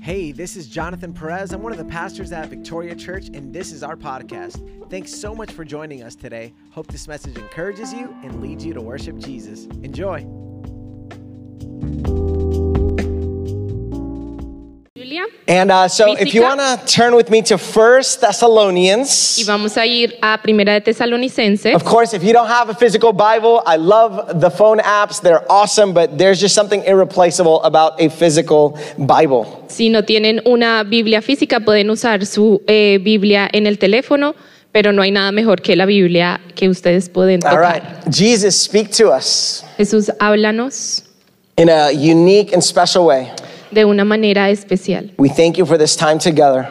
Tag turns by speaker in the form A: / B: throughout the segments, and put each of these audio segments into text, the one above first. A: Hey, this is Jonathan Perez. I'm one of the pastors at Victoria Church, and this is our podcast. Thanks so much for joining us today. Hope this message encourages you and leads you to worship Jesus. Enjoy.
B: Biblia
A: And uh, so, if you
B: Física.
A: want to turn with me to First
B: y
A: Thessalonians,
B: vamos a ir a Primera de Tesalonicenses.
A: of course, if you don't have a physical Bible, I love the phone apps. They're awesome, but there's just something irreplaceable about a physical Bible.
B: Si no tienen una Biblia física, pueden usar su eh, Biblia en el teléfono, pero no hay nada mejor que la Biblia que ustedes pueden
A: All
B: tocar.
A: right. Jesus, speak to us
B: Jesús, háblanos
A: in a unique and special way.
B: de una manera especial.
A: We thank you for this time together.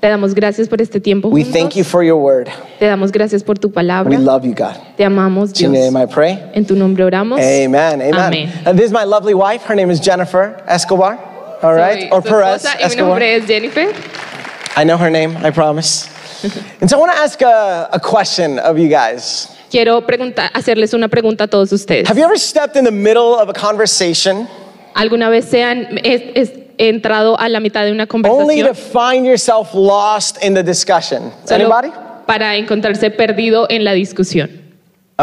B: Te damos gracias por este tiempo
A: We
B: juntos.
A: thank you for your word.
B: Te damos gracias por tu
A: We
B: palabra.
A: love you, God.
B: Te amamos,
A: In
B: Dios.
A: your name I pray.
B: En tu nombre oramos.
A: Amen. Amen.
B: Amén.
A: Uh, this is my lovely wife. Her name is Jennifer Escobar. All right.
B: Soy
A: or
B: su
A: Perez
B: esposa y mi
A: Escobar.
B: nombre es Jennifer.
A: I know her name, I promise. and so I want to ask a, a question of you guys.
B: Quiero preguntar, hacerles una pregunta a todos ustedes.
A: Have you ever stepped in the middle of a conversation
B: ¿Alguna vez se han es- es- entrado a la mitad de una
A: only to
B: conversación
A: find yourself lost in the discussion?
B: solo
A: Anybody?
B: para encontrarse perdido en la discusión?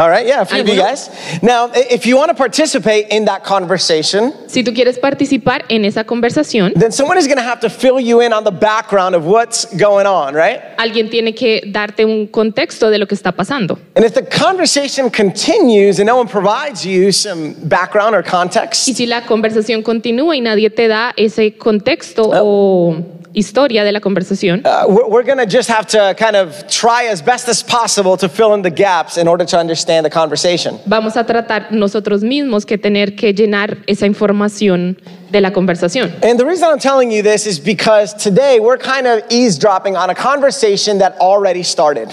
A: All right, yeah, a few of you
B: Alguno?
A: guys. Now, i- if you want to participate in that conversation,
B: Si tú quieres participar en esa conversación,
A: then someone is going to have to fill you in on the background of what's going on, right?
B: alguien tiene que darte un contexto de lo que está pasando.
A: And if the conversation continues and no one provides you some background or context,
B: Y si la conversación continúa y nadie te da ese contexto
A: Oh.
B: o historia de la conversación,
A: uh, we're, we're going to just have to kind of try as best as possible to fill in the gaps in order to understand the conversation.
B: vamos a tratar nosotros mismos que tener que llenar esa información de la conversación.
A: And the reason I'm telling you this is because today we're kind of eavesdropping on a conversation that already started.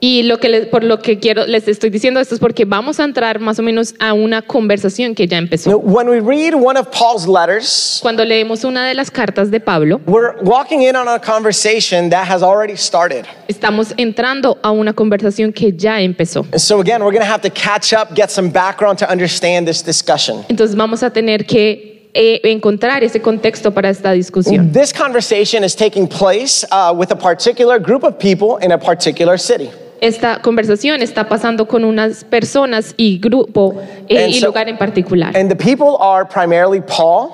B: Y lo que le- por lo que quiero les estoy diciendo esto es porque vamos a entrar más o menos a una conversación que ya empezó.
A: Now, When we read one of Paul's letters,
B: Cuando leemos una de las cartas de Pablo,
A: we're walking in on a conversation that has already started.
B: estamos entrando a una conversación que ya empezó.
A: And so again, we're going to have to catch up, get some background to understand this discussion.
B: Entonces vamos a tener que eh, encontrar ese contexto para esta discusión.
A: This conversation is taking place uh, with a particular group of people in a particular city.
B: Esta conversación está pasando con unas personas y grupo eh,
A: And
B: y
A: so-
B: lugar en particular.
A: And the people are primarily Paul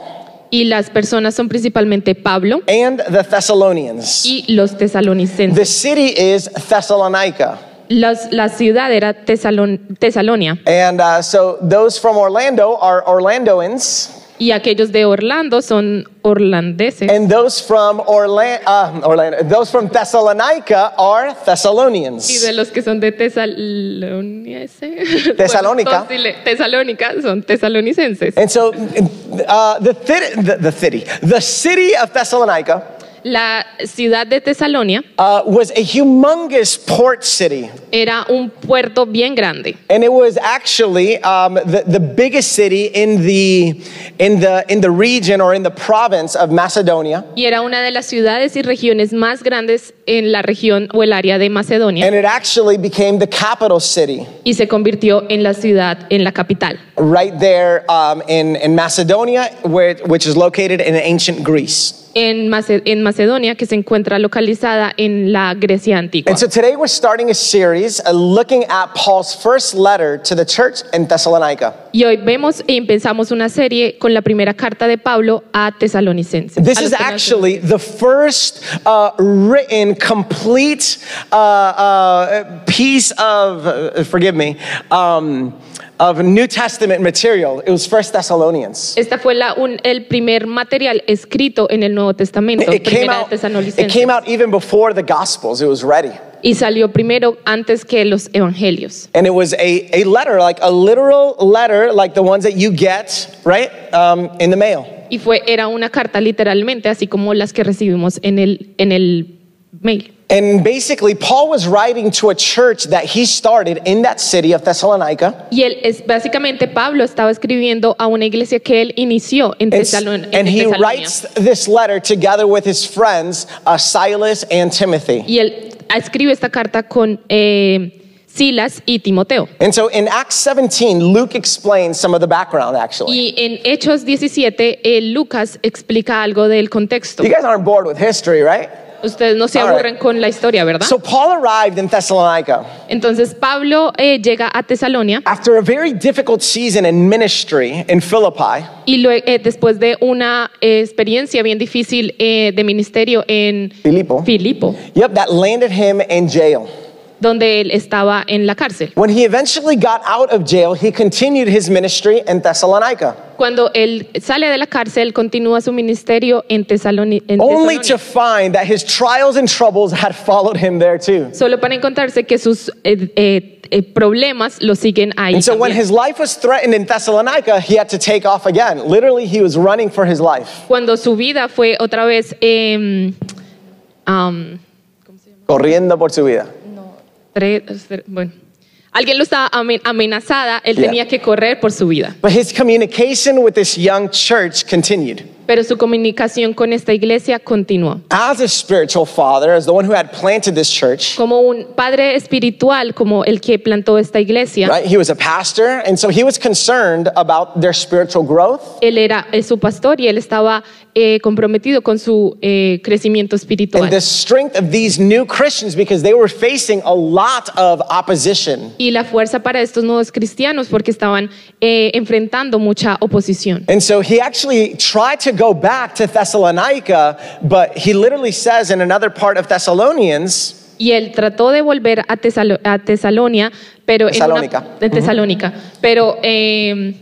B: Y las personas son principalmente Pablo
A: and the Thessalonians.
B: y los tesalonicenses.
A: The city is Thessalonica.
B: Las- la ciudad era Tesalon- Tesalonia.
A: And uh, so those from Orlando are Orlandoans,
B: Y aquellos de Orlando son orlandeses.
A: and those from Orla- uh, Orlando, those from Thessalonica are
B: y
A: Thessalonians.
B: de los que son de Tesalonia, ese-
A: Tesalónica. Eh.
B: Bueno, todos dile- Tesalónica son tesalonicenses.
A: And so uh, the, thi- the, the city, the city of Thessalonica
B: La ciudad de Tesalonia
A: uh, was a humongous port city.
B: era un puerto bien grande.
A: And it was actually um, the, the biggest city in the, in, the, in the region or in the province of Macedonia.
B: Y era una de las ciudades y regiones más grandes en la región o el área de Macedonia.
A: And it actually became the capital city
B: Y se convirtió en la ciudad, en la capital.
A: right there um, in, in Macedonia, where, which is located in ancient Greece.
B: En, Mace- en Macedonia, que se encuentra localizada en la Grecia antigua.
A: And so today we're starting a series uh, looking at Paul's first letter to the church in Thessalonica.
B: Y hoy vemos y empezamos una serie con la primera carta de Pablo a Tesalonicenses.
A: This
B: a
A: is
B: los tesalonicenses.
A: actually the first uh, written, complete uh, uh, piece of, uh, forgive me, um, of New Testament material. It was First Thessalonians.
B: Esta fue la, un- el primer material escrito en el Nuevo Testamento,
A: It came,
B: primera de
A: out,
B: Tesalonicenses.
A: it came out even before the Gospels. It was ready.
B: y salió primero antes que los evangelios.
A: And it was a, a letter, like a literal letter, like the ones that you get, right, um, in the mail.
B: Y fue, era una carta literalmente, así como las que recibimos en el, en el mail.
A: And basically, Paul was writing to a church that he started in that city of Thessalonica.
B: Y él es básicamente Pablo estaba escribiendo a una iglesia que él inició en,
A: And,
B: Tesalon- en
A: and he
B: Tesalonia.
A: writes this letter together with his friends, uh, Silas and Timothy.
B: Y él escribe esta carta con eh, Silas y Timoteo.
A: And so in Acts 17, Luke explains some of the background, actually.
B: Y en Hechos 17, eh, Lucas explica algo del contexto.
A: You guys aren't bored with history, right?
B: Ustedes no se
A: All right.
B: aburren con la historia, ¿verdad?
A: So Paul arrived in Thessalonica
B: Entonces Pablo eh, llega a Tesalonia
A: after a very difficult season in ministry in Philippi.
B: y lue- eh, después de una eh, experiencia bien difícil eh, de ministerio en
A: Filippo.
B: Filipo,
A: Yep, that landed him in jail.
B: donde él estaba en la cárcel.
A: When he eventually got out of jail, he continued his ministry in Thessalonica,
B: Cuando él sale de la cárcel, continúa su ministerio en Tesaloni- en
A: only
B: Tesalonia.
A: to find that his trials and troubles had followed him there too.
B: Solo para encontrarse que sus eh, eh, eh, problemas lo siguen ahí.
A: And so when
B: también.
A: his life was threatened in Thessalonica, he had to take off again. Literally, he was running for his life.
B: Cuando su vida fue otra vez em, am,
A: Corriendo por su vida.
B: tres- tres- bueno, alguien lo estaba amen- amenazada, él
A: Yeah.
B: tenía que correr por su vida.
A: But his communication with this young church continued.
B: Pero su comunicación con esta iglesia continuó.
A: As a spiritual father, as the one who had planted this church,
B: Como un padre espiritual, como el que plantó esta iglesia,
A: right? He was a pastor, and so he was concerned about their spiritual growth.
B: él era eh, su pastor y él estaba eh, comprometido con su eh, crecimiento espiritual.
A: And the strength of these new Christians because they were facing a lot of opposition.
B: y la fuerza para estos nuevos cristianos porque estaban eh, enfrentando mucha oposición.
A: And so he actually tried to go back to Thessalonica, but he literally says in another part of Thessalonians,
B: Y él trató de volver a, Tesalo- a Tesalonia, pero en
A: Tesalónica.
B: una, de Tesalónica, pero eh,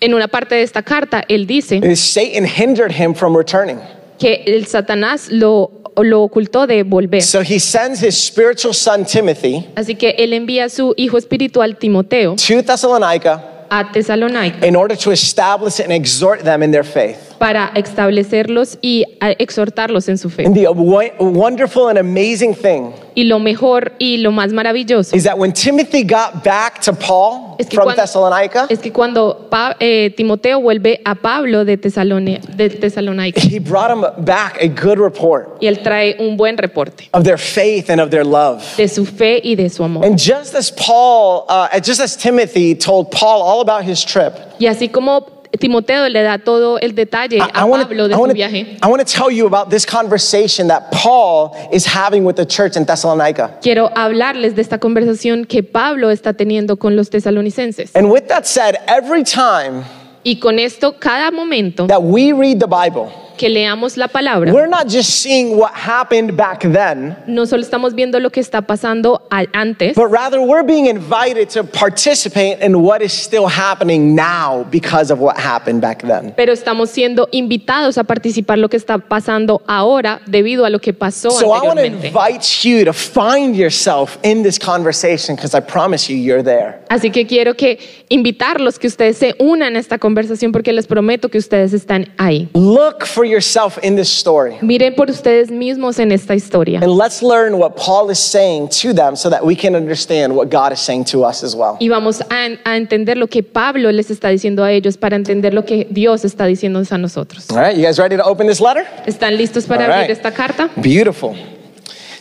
B: en una parte de esta carta él dice
A: is Satan hindered him from returning.
B: que el Satanás lo, lo ocultó de volver.
A: So he sends his spiritual son Timothy
B: Así que él envía a su hijo espiritual Timoteo
A: to Thessalonica
B: a Tesalónica
A: in order to establish and exhort them in their faith.
B: para establecerlos y a, exhortarlos en su fe.
A: And the wo- wonderful and amazing thing
B: Y lo mejor y lo más maravilloso
A: is that when Timothy got back to Paul
B: Es que
A: from
B: cuando-
A: Thessalonica,
B: es que cuando Pa- eh, Timoteo vuelve a Pablo de, Tesalone- de Tesalónica
A: he brought him back a good report
B: y él trae un buen reporte
A: of their faith and of their love.
B: de su fe y de su amor.
A: And just as Paul, uh, just as Timothy told Paul all about his trip,
B: Y así como Timoteo le da todo el detalle
A: I,
B: a
A: want
B: Pablo de su
A: to
B: viaje,
A: I want to tell you about this conversation that Paul is having with the church in Thessalonica.
B: quiero hablarles de esta conversación que Pablo está teniendo con los tesalonicenses.
A: And with that said, every time
B: Y con esto, cada momento
A: that we read the Bible,
B: que leamos la palabra,
A: we're not just seeing what happened back then,
B: no solo estamos viendo lo que está pasando a- antes,
A: but rather we're being invited to participate in what is still happening now because of what happened back then.
B: pero estamos siendo invitados a participar lo que está pasando ahora debido a lo que pasó
A: So I want to
B: anteriormente.
A: invite you to find yourself in this conversation because I promise you, you're there.
B: Así que quiero que invitarlos que ustedes se unan a esta conversación porque les prometo que ustedes están ahí.
A: Look for yourself in this story.
B: Miren por ustedes mismos en esta historia
A: And let's learn what Paul is saying to them so that we can understand what God is saying to us as well.
B: y vamos a, a entender lo que Pablo les está diciendo a ellos para entender lo que Dios está diciéndonos a nosotros.
A: All right, you guys ready to open this letter?
B: ¿Están listos para
A: All right.
B: abrir esta carta?
A: Beautiful.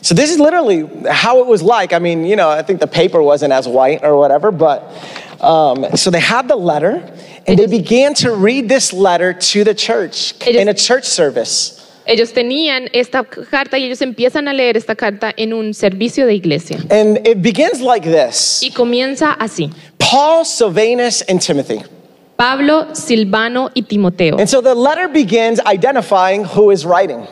A: So this is literally how it was like. I mean, you know, I think the paper wasn't as white or whatever, but um, so they had the letter and they began to read this letter to the church in a church service.
B: Ellos tenían esta carta y ellos empiezan a leer esta carta en un servicio de iglesia.
A: And it begins like this
B: Y comienza así.
A: Paul, Silvanus, and Timothy.
B: Pablo, Silvano y Timoteo.
A: And so the letter begins identifying who is writing.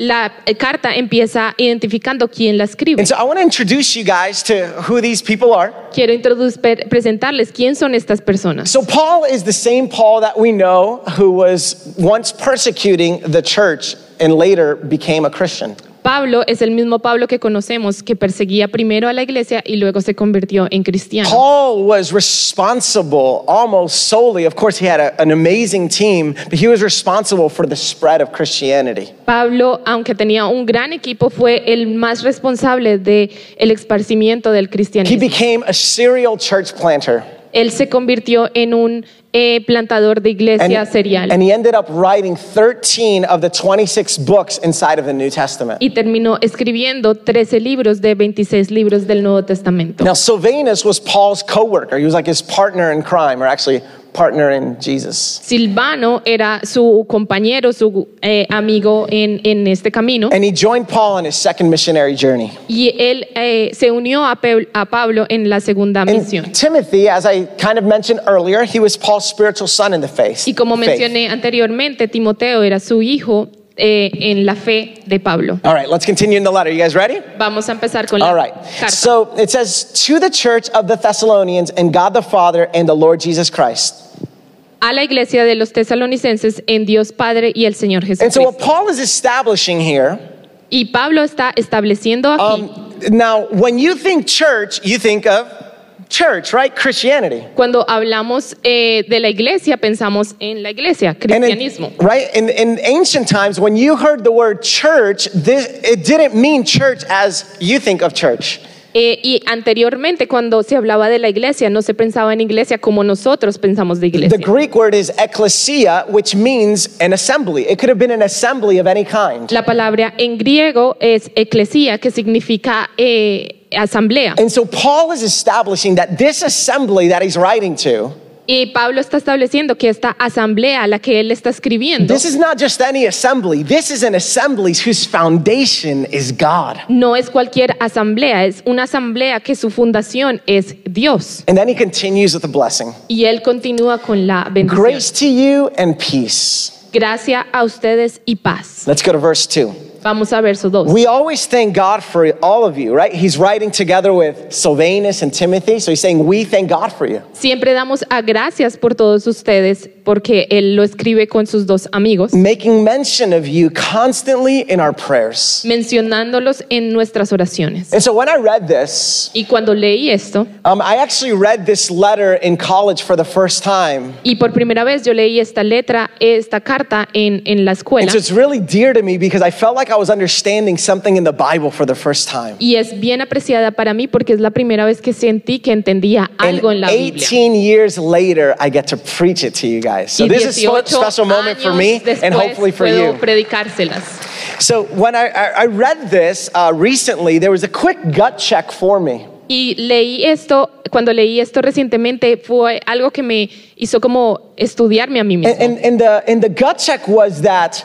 B: La eh, carta empieza identificando quién la escribe.
A: And so I want to introduce you guys to who these people are.
B: Quiero introduc- pre- presentarles quién son estas personas.
A: So Paul is the same Paul that we know who was once persecuting the church and later became a Christian.
B: Pablo es el mismo Pablo que conocemos, que perseguía primero a la iglesia y luego se convirtió en cristiano.
A: Paul was responsible almost solely, of course, he had a- an amazing team, but he was responsible for the spread of Christianity.
B: Pablo, aunque tenía un gran equipo, fue el más responsable del el esparcimiento del
A: He
B: cristianismo.
A: became a serial church planter.
B: él se convirtió en un eh, plantador de
A: And,
B: iglesia serial
A: and he ended up writing 13 of the 26 books inside of the New Testament.
B: y terminó escribiendo 13 libros de 26 libros del Nuevo Testamento.
A: Now, Silvanus was Paul's co worker. He was like his partner in crime, or actually, partner in Jesus.
B: Silvano era su compañero, su eh, amigo en, en este camino
A: And he joined Paul on his second missionary journey.
B: y él eh, se unió a, Pe- a Pablo en la segunda misión.
A: And Timothy, as I kind of mentioned earlier, he was Paul's spiritual son in the faith.
B: Y como
A: faith.
B: mencioné anteriormente, Timoteo era su hijo eh, en la fe de Pablo.
A: All right, let's continue in the letter. You guys ready?
B: Vamos a empezar con la
A: All right.
B: carta.
A: So it says, To the church of the Thessalonians and God the Father and the Lord Jesus Christ.
B: a la iglesia de los tesalonicenses en Dios Padre y el Señor
A: And so,
B: Jesucristo.
A: what Paul is establishing here,
B: Y Pablo está estableciendo aquí,
A: um, now, when you think church, you think of church, right? Christianity.
B: cuando hablamos eh, de la iglesia, pensamos en la iglesia,
A: And in-
B: cristianismo.
A: right in, in ancient times, when you heard the word church, this, it didn't mean church as you think of church.
B: Eh, y anteriormente, cuando se hablaba de la iglesia, no se pensaba en iglesia como nosotros pensamos de
A: The
B: iglesia.
A: Greek word is ecclesia, which means an assembly. It could have been an assembly of any kind.
B: La palabra en griego es eclesía, que significa eh, asamblea.
A: And so Paul is establishing that this assembly that he's writing to,
B: Y Pablo está estableciendo que esta asamblea a la que él está escribiendo
A: this is not just any assembly. This is an assembly whose foundation is God.
B: no es cualquier asamblea, es una asamblea que su fundación es Dios.
A: And then he continues with a blessing.
B: Y él continúa con la bendición.
A: Grace to you and peace.
B: Gracia a ustedes y paz.
A: Let's go to verse 2.
B: Vamos a verso 2.
A: We always thank God for all of you, right? He's writing together with Silvanus and Timothy. So he's saying, We thank God for you.
B: Siempre damos a gracias por todos ustedes porque él lo escribe con sus dos amigos,
A: Making mention of you constantly in our prayers.
B: mencionándolos en nuestras oraciones.
A: And so when I read this,
B: Y cuando leí esto,
A: um, I actually read this letter in college for the first time.
B: y por primera vez yo leí esta letra, esta carta en, en la
A: And
B: escuela,
A: so it's really dear to me because I felt like I was understanding something in the Bible for the first time.
B: y es bien apreciada para mí porque es la primera vez que sentí que entendía
A: And
B: algo en la Biblia.
A: 18 years later, I get to preach it to you guys. So
B: Y
A: this is a
B: 18
A: special moment for me
B: años después
A: and hopefully for
B: puedo
A: you.
B: predicárselas.
A: So when I, I, I read this uh, recently, there was a quick gut check for me.
B: Y leí esto, cuando leí esto recientemente, fue algo que me hizo como estudiarme a mí mismo.
A: And, and, and, the, and the gut check was that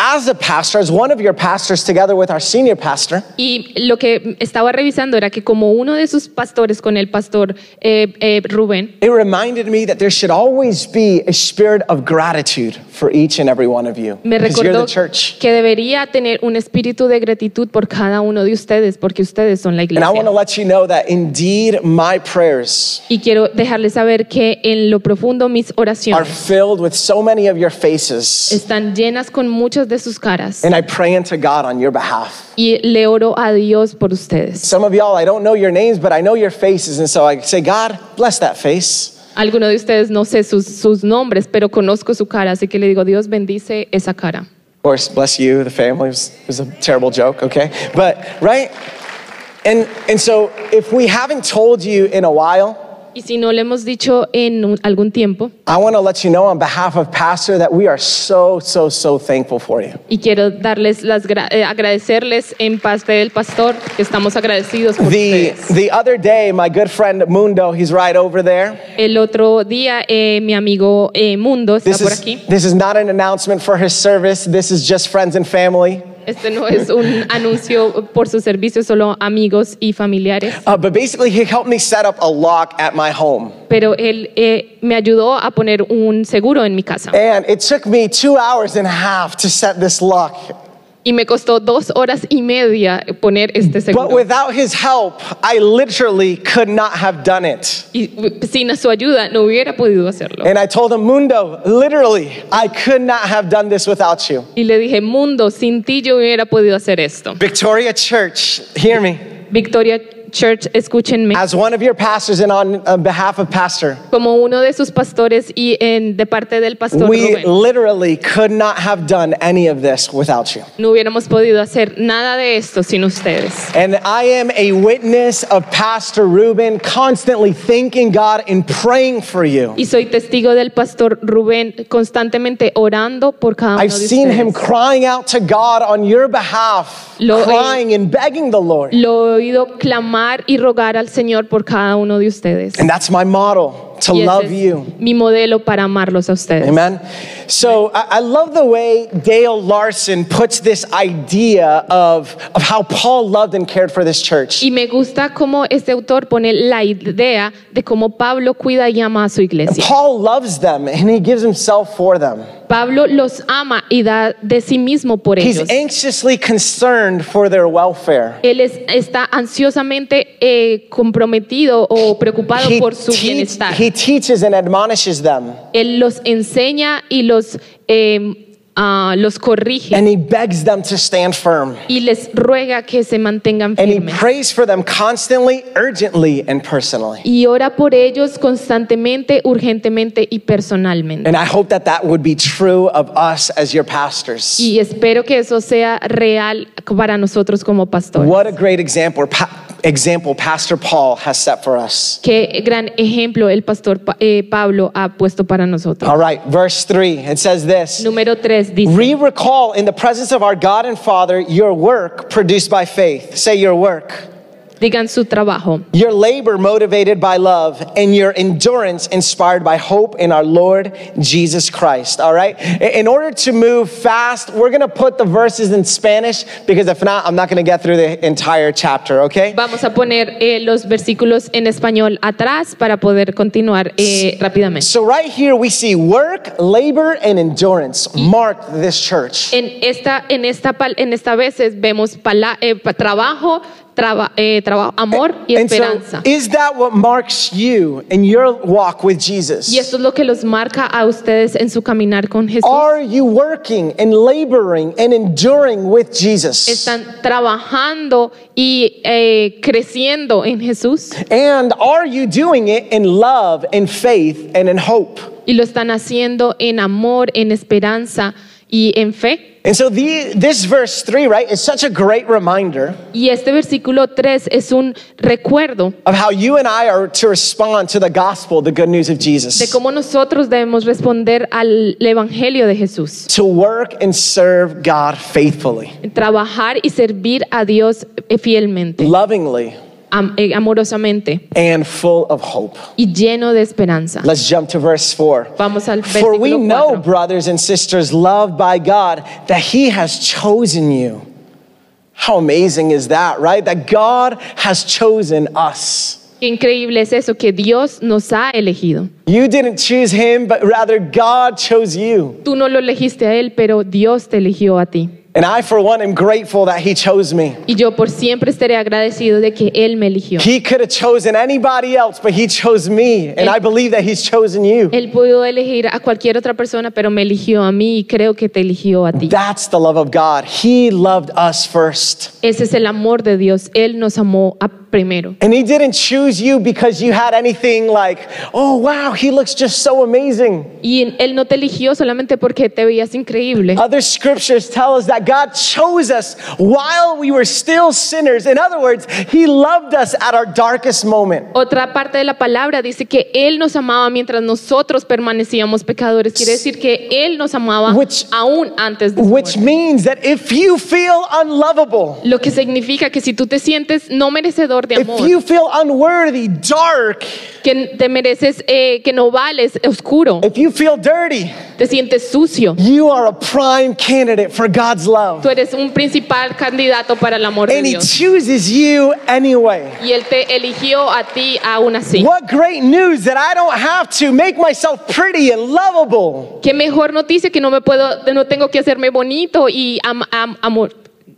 A: as a pastor, as one of your pastors, together with our senior pastor,
B: y lo que estaba revisando era que como uno de sus pastores con el pastor eh, eh, Rubén,
A: It reminded me that there should always be a spirit of gratitude for each and every one of you.
B: me
A: because you're
B: recordó
A: the church.
B: que debería tener un espíritu de gratitud por cada uno de ustedes, porque ustedes son la
A: And I
B: iglesia.
A: want to let you know that indeed my prayers
B: Y quiero dejarles saber que en lo profundo mis
A: are
B: oraciones
A: filled with so many of your faces.
B: están llenas con muchas de sus caras.
A: And I pray unto God on your behalf.
B: Y le oro a Dios por ustedes.
A: Some of y'all, I don't know your names, but I know your faces. And so I say, God, bless that face.
B: Alguno de ustedes no sé sus, sus nombres, pero conozco su cara, así que le digo, Dios bendice esa cara.
A: Of course, bless you, the family. It was, it was a terrible joke, okay? But, right? And, and so if we haven't told you in a while,
B: Y si no le hemos dicho en un- algún tiempo,
A: I want to let you know on behalf of Pastor that we are so, so, so thankful for you.
B: y quiero darles las gra- eh, agradecerles en parte del pastor, que estamos agradecidos por
A: The,
B: ustedes.
A: the other day, my good friend Mundo, he's right over there.
B: El otro día, eh, mi amigo eh, Mundo está
A: This
B: por
A: is,
B: aquí.
A: this is not an announcement for his service. This is just friends and family.
B: Este no es un anuncio por su servicio, solo amigos y familiares.
A: Uh, but basically, he helped me set up a lock at my home.
B: Pero él eh, me ayudó a poner un seguro en mi casa.
A: And it took me two hours and a half to set this lock.
B: Y me costó dos horas y media poner este seguro.
A: But without his help, I literally could not have done it.
B: y w- sin su ayuda no hubiera podido hacerlo.
A: And I told him, Mundo, literally, I could not have done this without you.
B: Y le dije, mundo, sin ti yo hubiera podido hacer esto.
A: Victoria Church, hear me.
B: Victoria Church, escúchenme.
A: As one of your pastors and on uh, behalf of Pastor,
B: Como uno de sus pastores y en- de parte del pastor
A: we
B: Rubén,
A: literally could not have done any of this without you.
B: no hubiéramos podido hacer nada de esto sin ustedes.
A: And I am a witness of Pastor Ruben constantly thanking God and praying for you.
B: Y soy testigo del pastor Rubén constantemente orando por cada uno de
A: I've seen him
B: ustedes.
A: crying out to God on your behalf,
B: Lo eh, he-
A: crying and begging the Lord.
B: Lo he oído clamar y rogar al Señor por cada uno de ustedes.
A: And that's my model to
B: Y ese
A: love
B: es
A: you.
B: Mi modelo para amarlos a ustedes.
A: Amen. So I, I love the way Dale Larson puts this idea of, of how Paul loved and cared for this church.
B: Y me gusta cómo este autor pone la idea de cómo Pablo cuida y ama a su iglesia.
A: Paul loves them and he gives himself for them.
B: Pablo los ama y da de sí mismo por
A: He's
B: ellos.
A: anxiously concerned for their welfare.
B: Él es- está ansiosamente eh, comprometido o preocupado
A: He,
B: por su
A: teach-
B: bienestar.
A: he teaches and admonishes them
B: Él los enseña y los, eh, ah, los corrige
A: and he begs them to stand firm.
B: y les ruega que se mantengan
A: And he
B: firmes.
A: prays for them constantly, urgently, and personally.
B: Y ora por ellos constantemente, urgentemente y personalmente.
A: And I hope that that would be true of us as your pastors.
B: Y espero que eso sea real para nosotros como pastores.
A: What a great example, pa- example Pastor Paul has set for us.
B: Qué gran ejemplo el pastor Pa- eh, Pablo ha puesto para nosotros.
A: All right, verse 3, it says this
B: Número 3 dice,
A: We recall in the presence of our God and Father your work produced by faith. Say your work.
B: digan su trabajo,
A: Your labor motivated by love and your endurance inspired by hope in our Lord Jesus Christ. All right? I- In order to move fast, we're going to put the verses in Spanish because if not, I'm not going to get through the entire chapter, okay?
B: Vamos a poner eh, los versículos en español atrás para poder continuar eh, rápidamente.
A: So, right here, we see work, labor, and endurance marked this church.
B: En esta, en esta, pal- en esta veces vemos pala- eh, pa- trabajo, traba- eh, traba- amor y
A: And so,
B: esperanza.
A: is that what marks you in your walk with Jesus?
B: y esto es lo que los marca a ustedes en su caminar con Jesús.
A: Are you working and laboring and enduring with Jesus?
B: Están trabajando y eh, creciendo en Jesús
A: And are you doing it in love, in faith, and in hope?
B: y lo están haciendo en amor, en esperanza y en fe.
A: And so the, this verse 3, right, is such a great reminder
B: Y este versículo 3 es un recuerdo
A: of how you and I are to respond to the gospel, the good news of
B: de
A: Jesus.
B: cómo nosotros debemos responder al Evangelio de Jesús.
A: To work and serve God faithfully,
B: Trabajar y servir a Dios eh, fielmente,
A: lovingly,
B: am- eh, amorosamente
A: and full of hope.
B: y lleno de esperanza.
A: Let's jump to verse 4.
B: Vamos al
A: For we
B: versículo
A: know,
B: 4.
A: brothers and sisters, loved by God, that He has chosen you. How amazing is that, right? That God has chosen us.
B: Qué increíble es eso, que Dios nos ha elegido.
A: You didn't choose him, but rather God chose you.
B: Tú no lo elegiste a Él, pero Dios te eligió a ti.
A: And I, for one, am grateful that he chose me.
B: Y yo por siempre estaré agradecido de que Él me eligió.
A: He could have chosen anybody else, but he chose me. And I believe that he's chosen you.
B: Él pudo elegir a cualquier otra persona, pero me eligió a mí y creo que te eligió a ti.
A: That's the love of God. He loved us first.
B: Ese es el amor de Dios. Él nos amó a primero.
A: And he didn't choose you because you had anything like, oh, wow, he looks just so amazing.
B: Y Él no te eligió solamente porque te veías increíble.
A: Other scriptures tell us that God chose us while we were still sinners. In other words, he loved us at our darkest moment.
B: Otra parte de la palabra dice que Él nos amaba mientras nosotros permanecíamos pecadores. Quiere decir que Él nos amaba
A: Which-
B: aún antes de su
A: Which
B: muerte.
A: means that if you feel unlovable,
B: Lo que significa que si tú te sientes no merecedor de
A: if
B: amor,
A: you feel unworthy, dark,
B: que te mereces, eh, que no vales, oscuro,
A: if you feel dirty,
B: te sientes sucio,
A: you are a prime candidate for God's love.
B: tú eres un principal candidato para el amor de
A: And He
B: Dios.
A: chooses you anyway.
B: Y Él te eligió a ti aún así.
A: What great news that I don't have to make myself pretty and lovable.
B: Qué mejor noticia que no me puedo, no tengo que hacerme bonito y am- am- amor,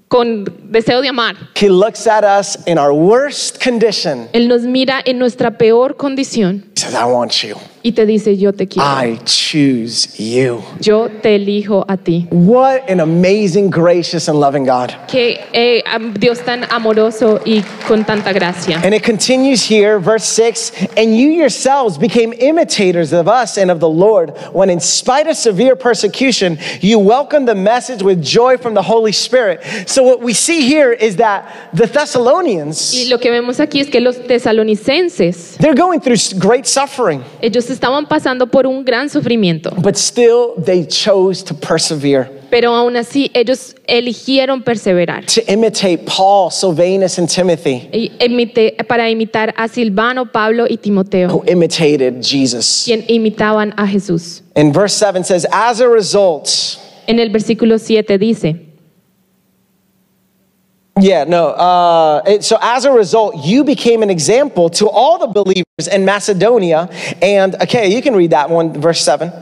B: con deseo de amar.
A: He looks at us in our worst condition.
B: Él nos mira en nuestra peor condición
A: He says, I want you.
B: y te dice, yo te quiero.
A: I choose you.
B: Yo te elijo a ti.
A: What an amazing, gracious, and loving God.
B: Que eh, am- Dios tan amoroso y con tanta gracia.
A: And it continues here, verse 6 And you yourselves became imitators of us and of the Lord, when in spite of severe persecution, you welcomed the message with joy from the Holy Spirit. So, what we see here is that the
B: Y
A: Thessalonians,
B: lo que vemos aquí es que los tesalonicenses,
A: they're going through s- great suffering,
B: ellos estaban pasando por un gran sufrimiento,
A: but still they chose to persevere,
B: pero aún así ellos eligieron perseverar
A: to imitate Paul, Silvanus, and Timothy,
B: Y imite- para imitar a Silvano, Pablo y Timoteo,
A: who imitated Jesus.
B: quien imitaban a Jesús.
A: And verse 7 says, As a result,
B: En el versículo 7 dice,
A: Yeah, no. Uh, it- so as a result, you became an example to all the believers in Macedonia. And okay, you can read that one, verse seven.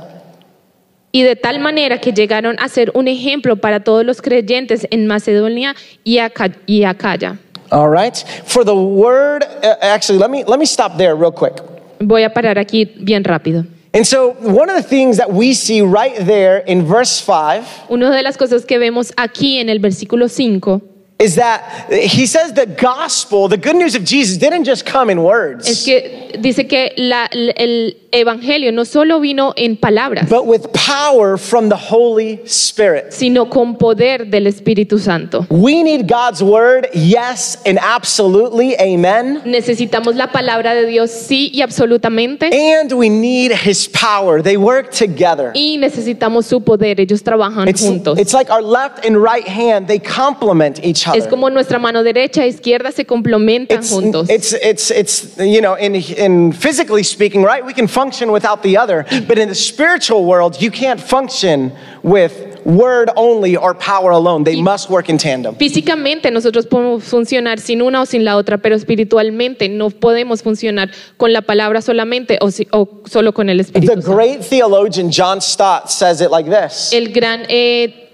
B: y de tal manera que llegaron a ser un ejemplo para todos los creyentes en Macedonia y, Aca- y Acaya.
A: All right. For the word, uh, actually, let me let me stop there real quick.
B: Voy a parar aquí bien rápido.
A: And so one of the things that we see right there in verse five
B: Una de las cosas que vemos aquí en el versículo 5
A: is that he says the gospel, the good news of Jesus, didn't just come in
B: es
A: words,
B: que dice que la- el Evangelio no solo vino en palabras,
A: but with power from the Holy Spirit.
B: sino con poder del Espíritu Santo.
A: We need God's word, yes, and absolutely, amen.
B: Necesitamos la palabra de Dios sí y absolutamente
A: And we need his power. They work together.
B: y necesitamos su poder. Ellos trabajan
A: It's,
B: juntos.
A: it's like our left and right hand, they complement each
B: es
A: other.
B: como nuestra mano derecha e izquierda se complementan
A: It's,
B: juntos.
A: it's, it's, it's, you know, in, in physically speaking, right? We can function without the other. But in the spiritual world, you can't function with word only or power alone. They must work in tandem.
B: Físicamente nosotros podemos funcionar sin una o sin la otra, pero espiritualmente no podemos funcionar con la palabra solamente o, si- o solo con el Espíritu
A: The
B: Santo.
A: great theologian John Stott says it like this.
B: El gran eh,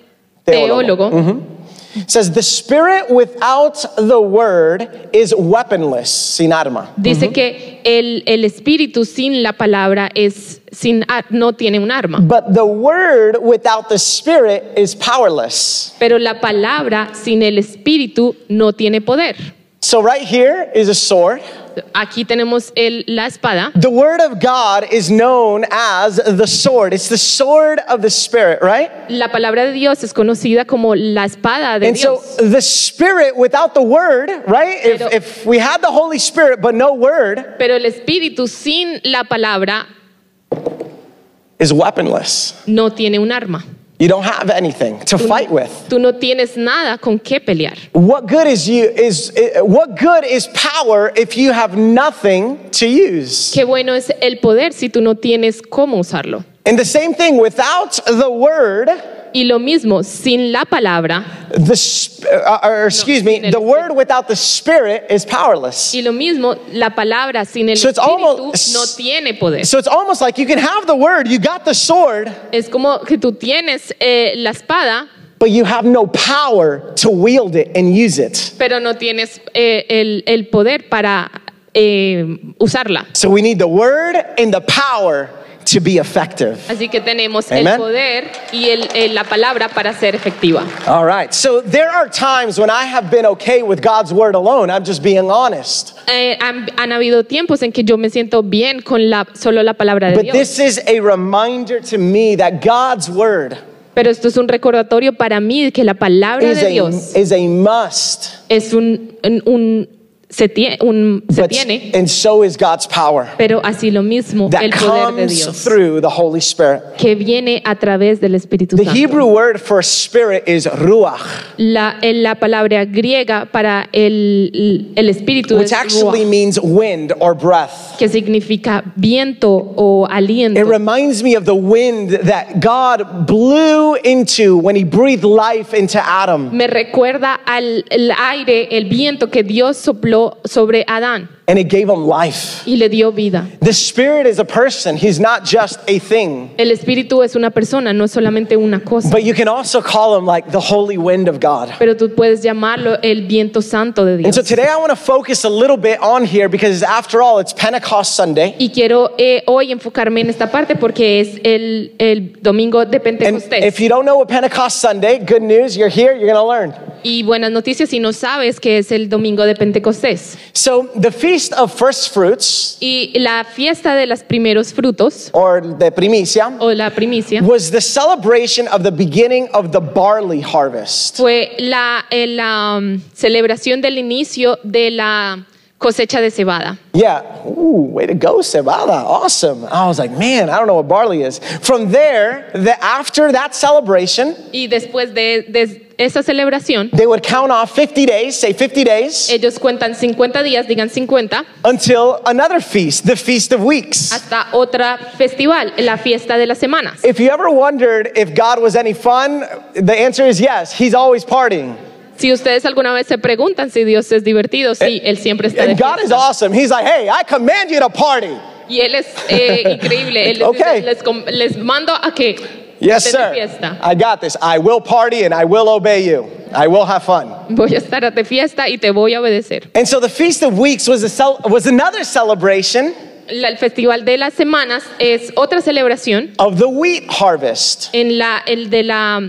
A: Teólogo.
B: teólogo,
A: says the spirit without the word is weaponless. Sin arma.
B: dice que el, el espíritu sin la palabra es sin ar- no tiene un arma,
A: But the word without the spirit is powerless.
B: pero la palabra sin el espíritu no tiene poder.
A: So, right here is a sword.
B: Aquí tenemos el- la espada.
A: The word of God is known as the sword. It's the sword of the spirit, right?
B: La palabra de Dios es conocida como la espada de
A: And so,
B: Dios.
A: the spirit without the word, right? If,
B: Pero-
A: if we had the Holy Spirit but no word,
B: Pero el espíritu sin la palabra
A: is weaponless.
B: no tiene un arma.
A: You don't have anything to
B: Mm.
A: fight with.
B: Tú no tienes nada con qué pelear.
A: What good is you is eh, what good is power if you have nothing to use?
B: Qué bueno es el poder si tú no tienes cómo usarlo.
A: And the same thing without the word,
B: Y lo mismo, sin la palabra,
A: the sp- uh, or, excuse
B: sin
A: me
B: el
A: the word without the spirit is powerless
B: y lo mismo, la palabra sin el
A: So it's
B: espíritu
A: almost-
B: no tiene poder.
A: so it's almost like you can have the word you got the sword
B: es como que tú tienes eh, la espada,
A: but you have no power to wield it and use it
B: pero no tienes eh, el, el poder para eh, usarla.
A: so we need the word and the power to be effective
B: Así que tenemos
A: Amen.
B: el poder y el- eh, la palabra para ser efectiva.
A: all right so there are times when i have been okay with god's word alone i'm just being honest
B: Eh, han, han habido tiempos en que yo me siento bien con la, solo la palabra de
A: but
B: Dios.
A: this is a reminder to me that god's word
B: pero esto es un recordatorio para mí de que la palabra
A: is
B: de
A: a,
B: Dios
A: is a must
B: es un, un, un- se, tie- un- se
A: but,
B: tiene,
A: and so is god's power
B: pero así lo mismo
A: that
B: el poder de
A: comes
B: Dios
A: through the Holy Spirit.
B: que viene a través del Espíritu
A: The
B: Santo.
A: Hebrew word for spirit is ruach,
B: la, en la palabra griega para el, el Espíritu
A: which
B: es
A: actually
B: ruach,
A: means wind or breath.
B: que significa viento o
A: It
B: aliento.
A: reminds me of the wind that God blew into when he breathed life into Adam.
B: me recuerda al el aire, el viento que Dios sopló sobre Adán.
A: and it gave him life.
B: y le dio vida.
A: The Spirit is a person, He's not just a thing.
B: El Espíritu es una persona, no es solamente una cosa.
A: But you can also call him like the holy wind of God.
B: Pero tú puedes llamarlo el viento santo de
A: And so
B: Dios.
A: today I want to focus a little bit on here because after all, it's Pentecost Sunday.
B: Y quiero eh, hoy enfocarme en esta parte porque es el, el domingo de
A: And
B: Pentecostés.
A: if you don't know what Pentecost Sunday, good news, you're here, you're going to learn.
B: Y buenas noticias si no sabes que es el domingo de Pentecostés.
A: So the Feast of First Fruits,
B: Y la fiesta de los primeros frutos
A: or the Primicia,
B: o la primicia
A: was the celebration of the beginning of the barley harvest.
B: fue la, eh, la um, celebración del inicio de la cosecha de cebada.
A: Yeah. Ooh, way to go, Cebada. Awesome. I was like, man, I don't know what barley is. From there, the, after that celebration,
B: Y después de, de esa celebración,
A: they would count off 50 days, say 50 days,
B: ellos cuentan 50 días, digan 50,
A: until another feast, the Feast of Weeks.
B: hasta otra festival, la fiesta de las semanas.
A: If you ever wondered if God was any fun, the answer is yes. He's always partying.
B: Si ustedes alguna vez se preguntan si Dios es divertido, sí, Él siempre está de
A: And Eh, God is
B: fiesta.
A: awesome. He's like, hey, I command you to party.
B: Y Él es eh, increíble. Él les, dice,
A: Okay.
B: les com- les mando a que
A: Yes,
B: estén
A: sir.
B: de fiesta.
A: I got this. I will party and I will obey you. I will have fun.
B: Voy a estar de fiesta y te voy a obedecer.
A: And so the Feast of Weeks was, a cel- was another celebration
B: La- el Festival de las Semanas es otra celebración
A: of the wheat harvest.
B: en la, el de la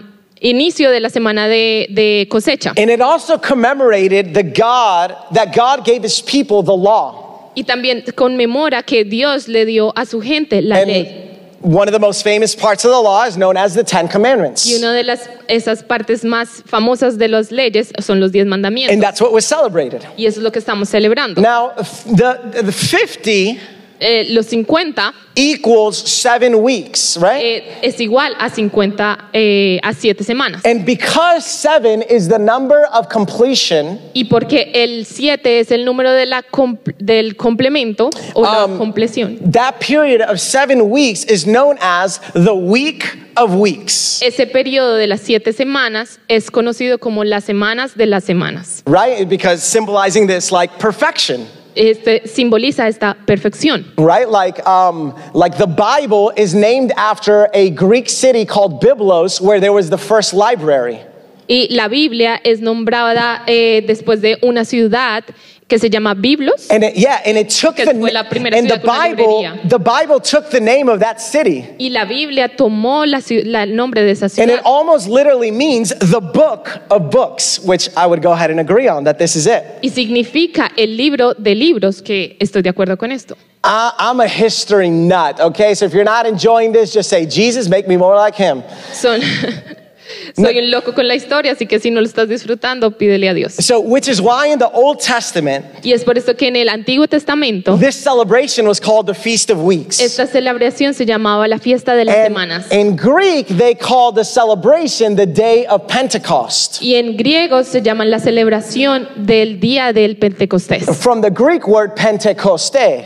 B: inicio de la semana de, de cosecha.
A: And it also commemorated the God that God gave his people the law.
B: Y también conmemora que Dios le dio a su gente la ley.
A: And one of the most famous parts of the law is known as the Ten Commandments.
B: Y una de las, esas partes más famosas de las leyes son los diez mandamientos.
A: And that's what was celebrated.
B: y eso es lo que estamos celebrando.
A: Now, f- the, the 50
B: Eh, los 50
A: equals seven weeks, right?
B: eh, es igual a 50 eh, a 7 semanas.
A: And because seven is the number of completion,
B: Y porque el 7 es el número de la comp- del complemento o
A: Um,
B: la compleción.
A: that period of seven weeks is known as the week of weeks,
B: Ese periodo de las 7 semanas es conocido como las semanas de las semanas.
A: right? Because symbolizing this like perfection,
B: Este simboliza esta perfección.
A: right? Like, um, like the Bible is named after a Greek city called Byblos, where there was the first library.
B: Y la Biblia es nombrada eh, después de una ciudad que se llama Biblos.
A: And it, yeah, and it took
B: Que
A: the
B: fue la primera
A: and the
B: ciudad con una
A: Bible,
B: librería.
A: the Bible took the name of that city,
B: Y la Biblia tomó la ciu- la- el nombre de esa
A: and
B: ciudad.
A: it almost literally means the book of books, which I would go ahead and agree on that this is it.
B: Y significa el libro de libros, que estoy de acuerdo con esto.
A: I, I'm a history nut, okay? So if you're not enjoying this, just say, Jesus, make me more like him.
B: Son, soy un loco con la historia, así que si no lo estás disfrutando, pídele a Dios.
A: So, which is why in the Old Testament,
B: Y es por eso que en el Antiguo Testamento,
A: this celebration was called the Feast of Weeks.
B: esta celebración se llamaba la fiesta de las
A: And
B: semanas.
A: in Greek, they called the celebration the day of Pentecost.
B: Y en griego se llama la celebración del día del Pentecostés.
A: From the Greek word Pentecoste,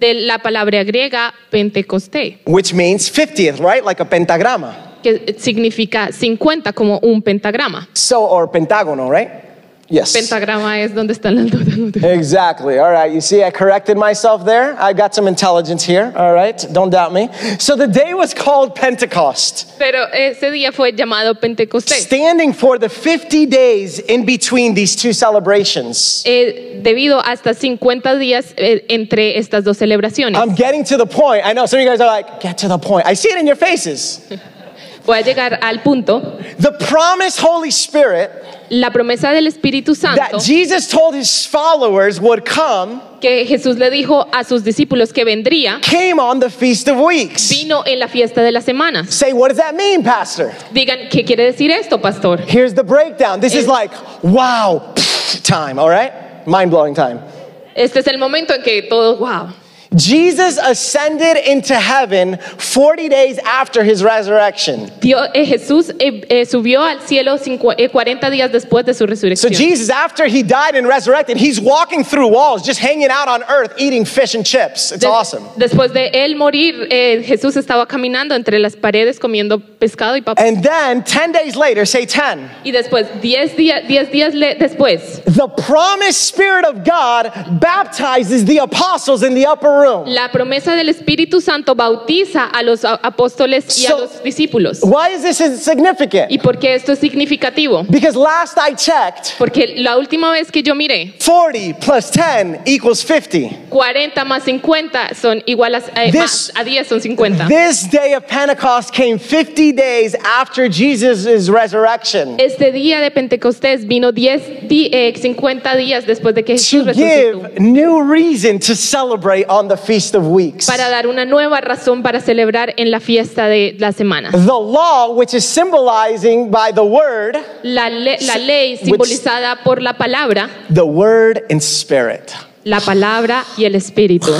B: De la palabra griega Pentecostés,
A: which means 50th, right? Like a pentagrama.
B: que significa 50 como un pentagrama.
A: So, or pentagonal, right? Yes.
B: Pentagrama es donde están las notas.
A: Exactly. All right. You see, I corrected myself there. I got some intelligence here. All right. Don't doubt me. So the day was called Pentecost,
B: Pero ese día fue llamado Pentecostés.
A: standing for the 50 days in between these two celebrations.
B: eh, debido a hasta 50 días eh, entre estas dos celebraciones.
A: I'm getting to the point. I know some of you guys are like, get to the point. I see it in your faces.
B: Voy a llegar al punto.
A: The promised Holy Spirit
B: La promesa del Espíritu Santo
A: that Jesus told his followers would come
B: que Jesús le dijo a sus discípulos que vendría,
A: came on the Feast of Weeks.
B: vino en la fiesta de las semanas.
A: Say, what does that mean, Pastor?
B: Digan, ¿qué quiere decir esto, pastor?
A: Here's the breakdown. This is
B: Eh.
A: like, wow, time, all right? Mind blowing time.
B: Este es el momento en que todo, wow.
A: Jesus ascended into heaven 40 days after his resurrection.
B: Dio- eh, Jesús eh, eh, subió al cielo cincu- eh, 40 días después de su
A: So
B: resurrección.
A: Jesus, after he died and resurrected, he's walking through walls, just hanging out on earth, eating fish and chips. It's
B: De-
A: awesome.
B: Después de él morir, eh, Jesús estaba caminando entre las paredes comiendo pescado y papas.
A: And then 10 days later, say 10,
B: Y después, 10 días, 10 días le- después,
A: the promised Spirit of God baptizes the apostles in the upper room.
B: la promesa del Espíritu Santo bautiza a los a- apóstoles y
A: So-
B: a los discípulos.
A: Why is this significant?
B: ¿Y por qué esto es significativo?
A: Because last I checked,
B: Porque la última vez que yo miré,
A: 40 plus 10 equals 50.
B: 40 más 50 son iguales a, eh,
A: This-
B: más a 10 son 50.
A: This day of Pentecost came 50 days after Jesus' resurrection
B: Este día de Pentecostés vino 10 di- eh, 50 días después de que Jesús
A: to
B: resucitó
A: give new reason to celebrate on the Feast of Weeks.
B: para dar una nueva razón para celebrar en la fiesta de la semana.
A: The law, which is symbolizing by the word,
B: La, le- la ley
A: Which-
B: simbolizada por la palabra,
A: the word and spirit.
B: la palabra y el espíritu.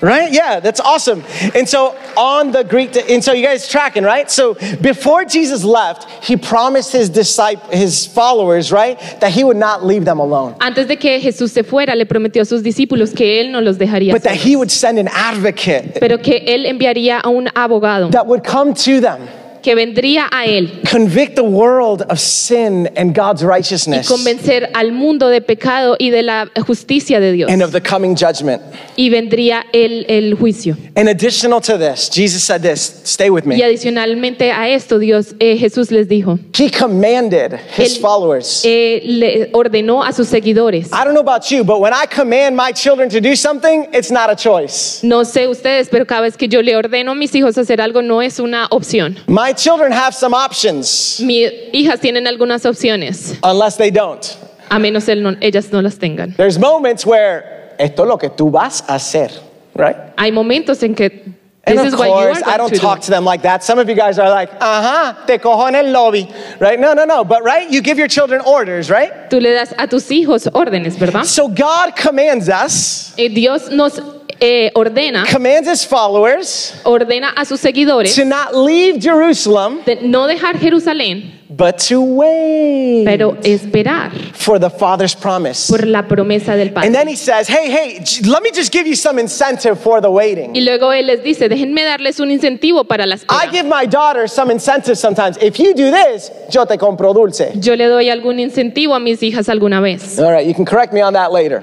A: Right? Yeah, that's awesome. And so on the Greek, and so you guys tracking, right? So before Jesus left, he promised his disciple, his followers, right, that he would not leave them alone,
B: Antes de que Jesús se fuera, le prometió a sus discípulos que él no los dejaría,
A: but that
B: solos,
A: he would send an advocate
B: pero que él enviaría a un abogado
A: that would come to them.
B: que vendría a él
A: convict the world of sin and God's
B: y
A: righteousness
B: convencer al mundo de pecado y de la justicia de Dios.
A: and uh, of the coming judgment.
B: Y vendría el, el juicio.
A: And additional to this, Jesus said this, stay with
B: Y
A: me.
B: adicionalmente a esto, Dios, eh, Jesús les dijo,
A: He commanded his
B: Él-
A: followers. Ah.
B: eh, le ordenó a sus seguidores.
A: I don't know about you, but when I command my children to do something, it's not a choice.
B: No sé ustedes, pero cada vez que yo le ordeno a mis hijos hacer algo no es una opción.
A: My children have some options,
B: Mis hijas tienen algunas opciones,
A: unless they don't.
B: a menos él no- ellas no las tengan.
A: There's moments where esto es lo que tú vas a hacer, right?
B: Hay momentos en que
A: And of
B: this is what you are
A: course, I
B: going
A: don't
B: to do.
A: talk to them like that. Some of you guys are like, uh-huh, te cojo en el lobby, right? No, no, no. But right, you give your children orders, right?
B: Tú le das a tus hijos órdenes, ¿verdad?
A: So God commands us,
B: Eh, Dios nos eh, ordena,
A: commands his followers
B: ordena a sus seguidores
A: to not leave Jerusalem,
B: de no dejar Jerusalén,
A: but to wait
B: pero esperar
A: for the Father's promise.
B: por la promesa del Padre.
A: And then he says, hey, hey, j- let me just give you some incentive for the
B: Y
A: waiting.
B: luego él les dice, déjenme darles un incentivo para las
A: I give my daughter some incentive sometimes. If you do this, yo te compro dulce.
B: Yo le doy algún incentivo a mis hijas alguna vez.
A: All right, you can correct me on that later.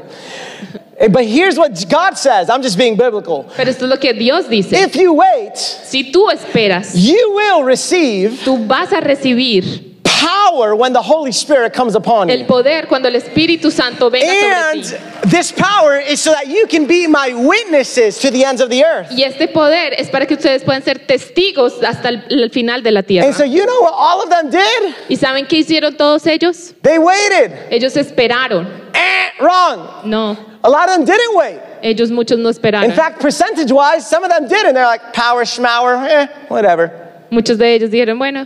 A: Eh, But here's what God says. I'm just being biblical.
B: Pero esto es lo que Dios dice.
A: If you wait,
B: Si tú esperas,
A: you will receive
B: tú vas a recibir
A: power when the Holy Spirit comes upon you.
B: el poder cuando el Espíritu Santo venga sobre
A: And
B: ti.
A: this power is so that you can be my witnesses to the ends of the earth.
B: Y este poder es para que ustedes puedan ser testigos hasta el, el final de la
A: And so
B: tierra.
A: you know what all of them did?
B: ¿Y saben qué hicieron todos ellos?
A: They waited.
B: Ellos esperaron.
A: Eh, wrong.
B: No,
A: A lot of them didn't wait.
B: ellos muchos no
A: In
B: esperaron.
A: fact, percentage wise, some of them did, and they're like, power, schmower, eh, whatever.
B: Muchos de ellos dijeron, bueno,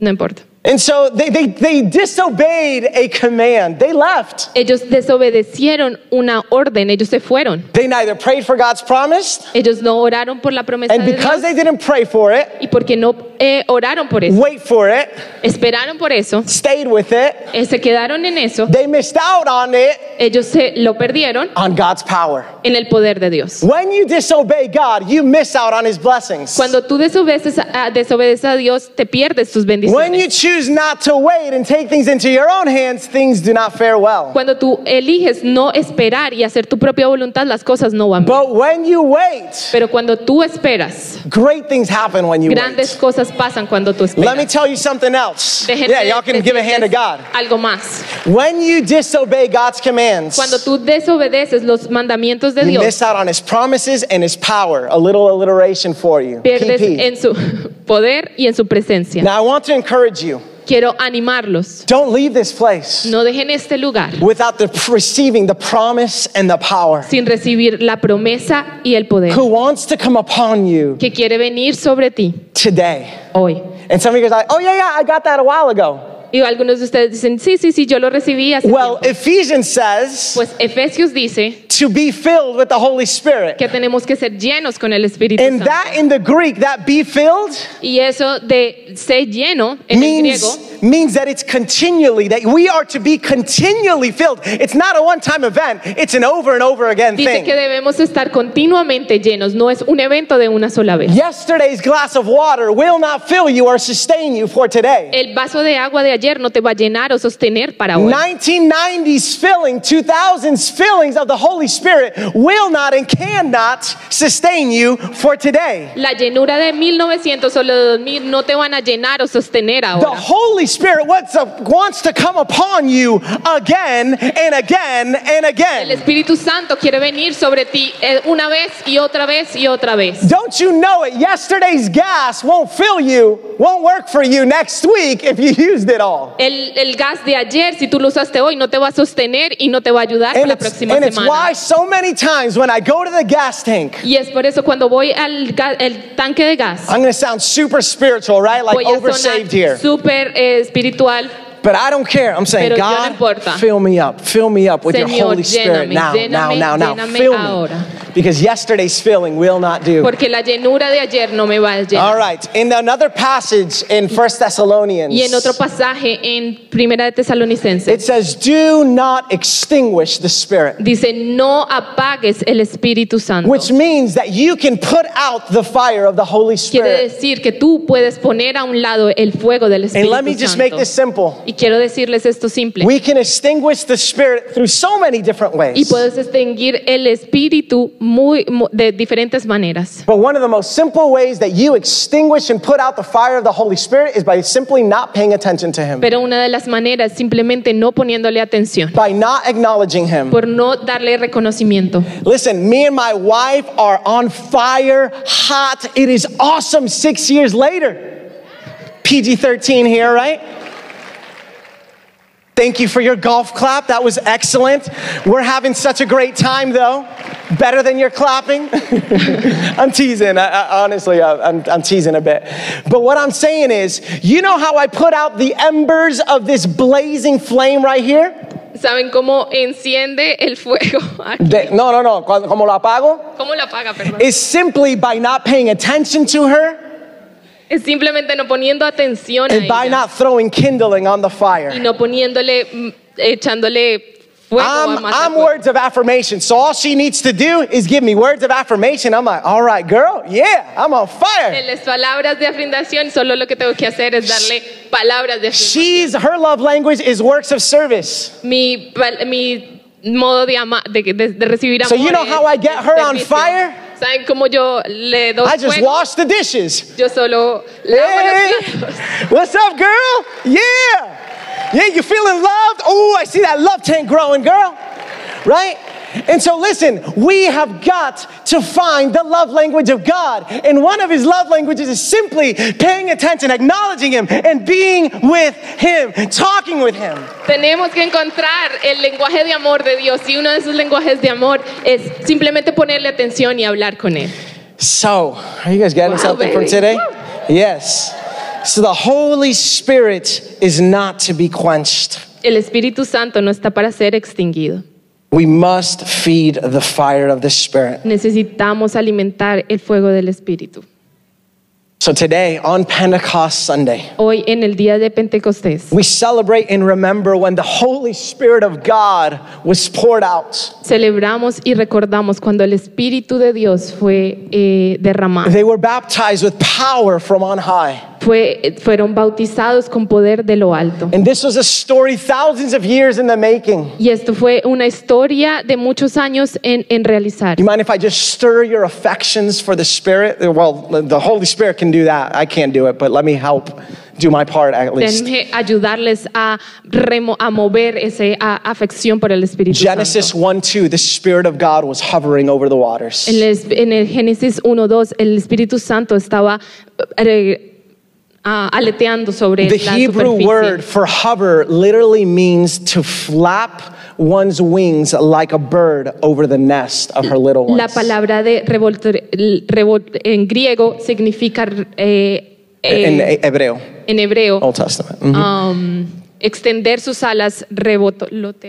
B: no importa.
A: And so they, they, they disobeyed a command. They left.
B: Ellos desobedecieron una orden, ellos se fueron.
A: They neither prayed for God's promise,
B: Ellos no oraron por la promesa
A: and
B: de Dios.
A: because they didn't pray for it,
B: Y porque no eh, oraron por eso,
A: wait for it,
B: esperaron por eso,
A: stayed with it,
B: eh, se quedaron en eso,
A: they missed out on it,
B: ellos se lo perdieron
A: on God's power.
B: en el poder de Dios.
A: When you disobey God, you miss out on his blessings.
B: Cuando tú desobedeces a, desobedeces a Dios, te pierdes tus
A: When
B: bendiciones.
A: you choose not to wait and take things into your own hands, things do not fare well.
B: Cuando tú eliges no esperar y hacer tu propia voluntad, las cosas no van bien.
A: But when you wait,
B: Pero cuando tú esperas,
A: great things happen when you
B: grandes
A: wait.
B: cosas pasan cuando tú
A: Let me
B: esperas.
A: tell you something else.
B: Déjenme
A: Yeah, y'all can give a hand to
B: decirles
A: God.
B: Algo más.
A: When you disobey God's commands,
B: Cuando tú desobedeces los mandamientos de
A: you
B: Dios,
A: miss out on his promises and his power. A little alliteration for you.
B: pierdes
A: PP.
B: en su poder y en su presencia.
A: Now, I want to encourage you
B: Quiero animarlos.
A: don't leave this place
B: No dejen este lugar
A: without the, receiving the promise and the power.
B: sin recibir la promesa y el poder
A: Who wants to come upon you
B: que quiere venir sobre ti
A: today?
B: hoy.
A: And some of you guys are like, oh, yeah, yeah, I got that a while ago.
B: Y algunos de ustedes dicen, sí, sí, sí, yo lo recibí hace
A: Well,
B: tiempo".
A: Ephesians says
B: Pues Efesios dice
A: to be filled with the Holy Spirit.
B: que tenemos que ser llenos con el Espíritu
A: And
B: Santo.
A: that in the Greek, that be filled
B: y eso de ser lleno en el griego
A: means, means that it's continually, that we are to be continually filled. It's not a one time event, it's an over and over again
B: dice
A: thing.
B: que debemos estar continuamente llenos, no es un evento de una sola vez.
A: Yesterday's glass of water will not fill you or sustain you for today.
B: El vaso de agua de ayer no te va a llenar o sostener para hoy.
A: 1990s filling, 2000s fillings of the Holy Spirit will not and cannot sustain you for today.
B: La llenura de 1900 o la de 2000 no te van a llenar o sostener
A: The
B: ahora.
A: Holy Spirit wants to, wants to come upon you again and again and
B: El
A: again.
B: Espíritu Santo quiere venir sobre ti eh, una vez y otra vez y otra vez.
A: Don't you know it? Yesterday's gas won't fill you, won't work for you next week if you used it all.
B: El, el gas de ayer, si tú lo usaste hoy, no te va a sostener y no te va a ayudar
A: And
B: la
A: it's,
B: próxima
A: and it's why
B: semana.
A: so many times when I go to the gas tank,
B: Y es por eso cuando voy al ga- el tanque de gas,
A: I'm gonna sound super spiritual, right? Like
B: voy a
A: oversaved here.
B: sonar súper eh, espiritual.
A: But I don't care. I'm saying,
B: Pero yo no
A: God,
B: importa.
A: fill me up. Fill me up with your
B: Señor,
A: Holy Spirit
B: lléname,
A: now,
B: lléname,
A: now, now, now.
B: lléname
A: Fill me.
B: ahora.
A: Because yesterday's filling will not do.
B: Porque la llenura de ayer no me va a llenar.
A: All right. In another passage in First Thessalonians,
B: Y en otro pasaje, en Primera de Tesalonicenses,
A: it says, Do not extinguish the Spirit,
B: dice, no apagues el Espíritu Santo.
A: which means that you can put out the fire of the Holy
B: Quiere
A: Spirit.
B: decir que tú puedes poner a un lado el fuego del
A: And
B: Espíritu
A: let me just make
B: Santo.
A: this simple.
B: Y quiero decirles esto simple.
A: We can extinguish the Spirit through so many different
B: y
A: ways.
B: puedes extinguir el espíritu muy, mu- de diferentes maneras.
A: But one of the most simple ways that you extinguish and put out the fire of the Holy Spirit is by simply not paying attention to Him,
B: Pero una de las maneras es simplemente no poniéndole atención,
A: by not acknowledging Him.
B: por no darle reconocimiento.
A: Listen, me and my wife are on fire, hot. It is awesome six years later. PG 13 here, right? Thank you for your golf clap. That was excellent. We're having such a great time, though. Better than your clapping. I'm teasing. I, I, honestly, I, I'm, I'm teasing a bit. But what I'm saying is, you know how I put out the embers of this blazing flame right here?
B: ¿Saben cómo enciende el fuego? aquí?
A: De- no, no, no. Cuando- Como lo apago,
B: ¿Cómo lo apaga, perdón?
A: is simply by not paying attention to her
B: Es simplemente no poniendo atención a
A: and by
B: ella
A: not throwing kindling on the
B: y
A: fire.
B: no poniéndole, mm, echándole fuego a
A: I'm,
B: más
A: I'm
B: fuego.
A: words of affirmation, so all she needs to do is give me words of affirmation. I'm like, all right, girl, yeah, I'm on
B: En
A: fire.
B: las palabras de afirmación, solo lo que tengo que hacer es darle palabras de afirmación.
A: She's her love language is works of service.
B: mi, pal- mi modo de, ama- de, de- de recibir amor.
A: So you know
B: es-
A: how I get
B: es
A: her on
B: servicio.
A: fire?
B: ¿Saben cómo yo le doy
A: I just Eh,
B: fuego?
A: wash the dishes.
B: Yo solo lavo
A: Hey,
B: los platos.
A: what's up, girl? Yeah, yeah, you feeling loved? Oh, I see that love tank growing, girl. Right? And so, listen, we have got to find the love language of God. And one of his love languages is simply paying attention, acknowledging him, and being with him, talking with him.
B: Tenemos que encontrar el lenguaje de amor de Dios y uno de esos lenguajes de amor es simplemente ponerle atención y hablar con él.
A: So, are you guys getting
B: Wow,
A: something from
B: baby.
A: today?
B: Woo.
A: Yes. So, the Holy Spirit is not to be quenched.
B: El Espíritu Santo no está para ser extinguido.
A: We must feed the fire of the Spirit.
B: Necesitamos alimentar el fuego del Espíritu.
A: So today, on Pentecost Sunday,
B: Hoy en el día de Pentecostés
A: we celebrate and remember when the Holy Spirit of God was poured out.
B: celebramos y recordamos cuando el Espíritu de Dios fue eh, derramado.
A: They were baptized with power from on high.
B: Fue- fueron bautizados con poder de lo alto.
A: And this was a story thousands of years in the making.
B: Y esto fue una historia de muchos años en, en realizar.
A: You mind if I just stir your affections for the Spirit? Well, the Holy Spirit can do that. I can't do it, but let me help do my part at least.
B: Déjenme ayudarles a, remo- a mover esa afección por el Espíritu
A: Genesis
B: Santo.
A: 1 2, the Spirit of God was hovering over the waters.
B: En el, es- en el Génesis 1.2, el Espíritu Santo estaba eh, ah, aleteando sobre
A: The
B: la
A: Hebrew
B: superficie.
A: word for hover literally means to flap one's wings like a bird over the nest of her little
B: La
A: ones.
B: palabra de revoltor- el revol- en griego significa eh, eh,
A: In Hebreo,
B: en hebreo
A: oh, Old Testament. Mhm.
B: um, extender sus alas, revolotear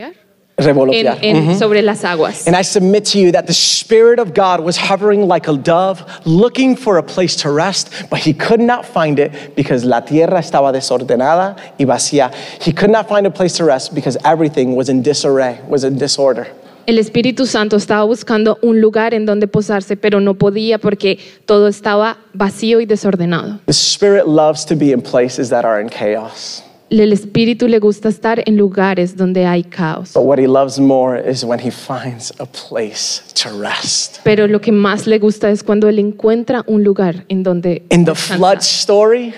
B: en-
A: Revolotear.
B: en- sobre las aguas.
A: And I submit to you that the Spirit of God was hovering like a dove, looking for a place to rest, but he could not find it because la tierra estaba desordenada y vacía. He could not find a place to rest because everything was in disarray, was in disorder.
B: El Espíritu Santo estaba buscando un lugar en donde posarse, pero no podía porque todo estaba vacío y desordenado.
A: The Spirit loves to be in places that are in chaos,
B: El Espíritu le gusta estar en lugares donde hay caos,
A: but what he loves more is when he finds a place to rest.
B: pero lo que más le gusta es cuando él encuentra un lugar en donde...
A: In the
B: descansar.
A: flood story,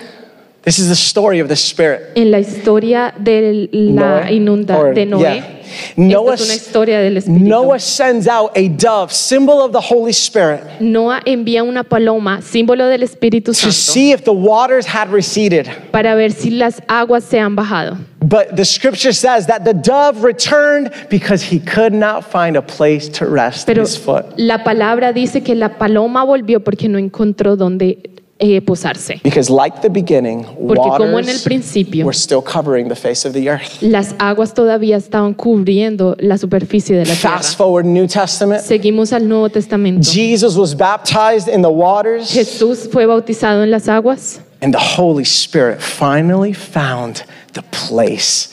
A: this is the story of the Spirit.
B: En la historia de la
A: Noah,
B: inunda
A: or-
B: de Noé,
A: yeah.
B: esta
A: Noah
B: es una
A: s-
B: historia del Espíritu.
A: Noah sends out a dove, symbol of the Holy Spirit,
B: Noah envía una paloma, símbolo del Espíritu
A: to
B: Santo,
A: see if the waters had receded.
B: para ver si las aguas se han bajado.
A: But the scripture says that the dove returned because he could not find a place to rest
B: Pero
A: his foot.
B: la palabra dice que la paloma volvió porque no encontró dónde eh, posarse.
A: Because, like the beginning,
B: como en
A: waters
B: el principio-
A: were still covering the face of the earth.
B: Las aguas todavía estaban cubriendo la superficie de la tierra.
A: Fast forward New Testament.
B: Seguimos al Nuevo Testamento.
A: Jesus was baptized in the waters,
B: Jesús fue bautizado en las aguas
A: and the Holy Spirit finally found the place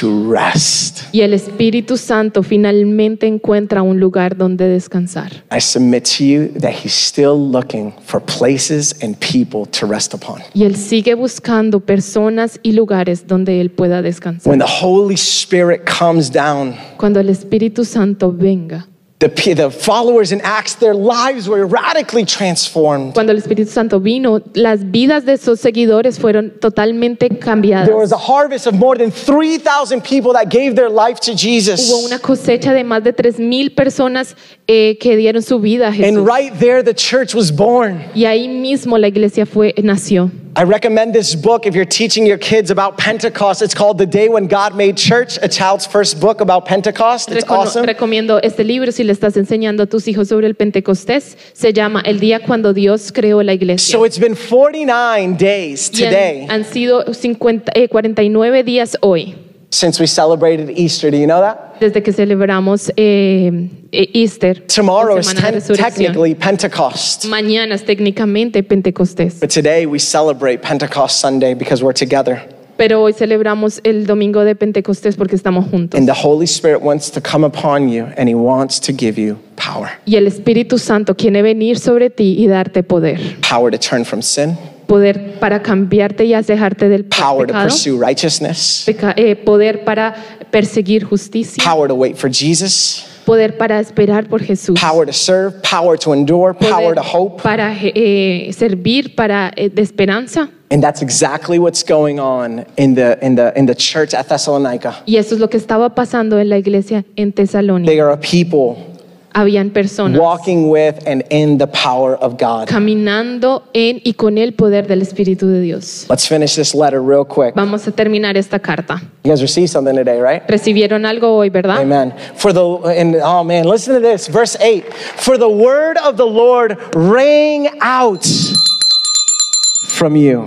A: to rest.
B: y el Espíritu Santo finalmente encuentra un lugar donde descansar.
A: I submit to you that he's still looking for places and people to rest upon.
B: Y Él sigue buscando personas y lugares donde Él pueda descansar.
A: When the Holy Spirit comes down,
B: Cuando el Espíritu Santo venga,
A: the, pe- the followers in Acts, their lives were radically transformed.
B: cuando el Espíritu Santo vino, las vidas de sus seguidores fueron totalmente cambiadas.
A: There was a harvest of more than 3,000 people that gave their life to Jesus.
B: Hubo una cosecha de más de 3.000 personas eh, que dieron su vida a Jesús.
A: And right there, the church was born.
B: Y ahí mismo la iglesia fue, nació.
A: I recommend this book if you're teaching your kids about Pentecost. It's called The Day When God Made Church, a child's first book about Pentecost. It's
B: Recono-
A: awesome.
B: Recomiendo este libro si le estás enseñando a tus hijos sobre el Pentecostés. Se llama El día cuando Dios creó la iglesia.
A: So it's been 49 days
B: Y han-
A: today
B: han, sido 50, eh, 49 días hoy
A: since we celebrated Easter. Do you know that?
B: desde que celebramos eh, eh, Easter.
A: Tomorrow
B: la
A: is
B: Semana de
A: ten-
B: Resurrección.
A: technically Pentecost.
B: Mañana es técnicamente Pentecostés.
A: But today we celebrate Pentecost Sunday because we're together.
B: Pero hoy celebramos el domingo de Pentecostés porque estamos juntos.
A: And the Holy Spirit wants to come upon you and He wants to give you power
B: Y el Espíritu Santo quiere venir sobre ti y darte poder.
A: power to turn from sin,
B: Poder para cambiarte y alejarte del
A: power to
B: pecado.
A: pursue righteousness,
B: Peca- eh, poder para perseguir justicia.
A: power to wait for Jesus,
B: Poder para esperar por Jesús.
A: power to serve, power to endure, power
B: Poder
A: to hope.
B: para eh, servir, para eh, de esperanza.
A: And that's exactly what's going on in the, in the, in the church at Thessalonica.
B: Y eso es lo que estaba pasando en la iglesia en
A: They
B: Tesalónica.
A: are a people
B: Habían personas
A: walking with and in the power of God.
B: caminando en y con el poder del Espíritu de Dios.
A: Let's finish this letter real quick.
B: Vamos a terminar esta carta.
A: You guys received something today, right?
B: Recibieron algo hoy, ¿verdad?
A: Amen. For the and oh man, listen to this, verse 8. For the word of the Lord rang out from you.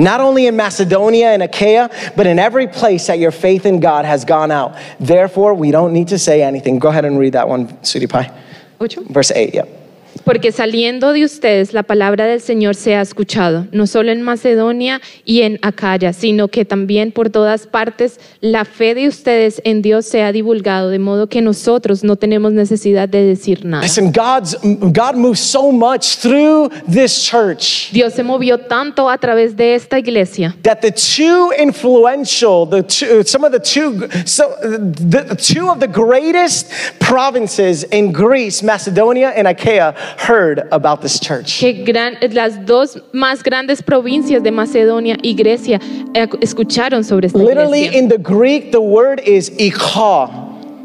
A: Not only in Macedonia and Achaia, but in every place that your faith in God has gone out. Therefore, we don't need to say anything. Go ahead and read that one, Sweetie Pie.
B: Ocho.
A: Verse 8, yep.
B: Porque saliendo de ustedes la palabra del Señor se ha escuchado, no solo en Macedonia y en Acaya, sino que también por todas partes la fe de ustedes en Dios se ha divulgado, de modo que nosotros no tenemos necesidad de decir nada.
A: Listen, God's God moves so much through this church.
B: Dios se movió tanto a través de esta iglesia
A: that the two influential, the two, uh, some of the two, so uh, the, the two of the greatest provinces in Greece, Macedonia and Achaia, heard about this church.
B: que gran- las dos más grandes provincias de Macedonia y Grecia eh, escucharon sobre esta
A: Literally
B: iglesia.
A: in the Greek, the word is ikah,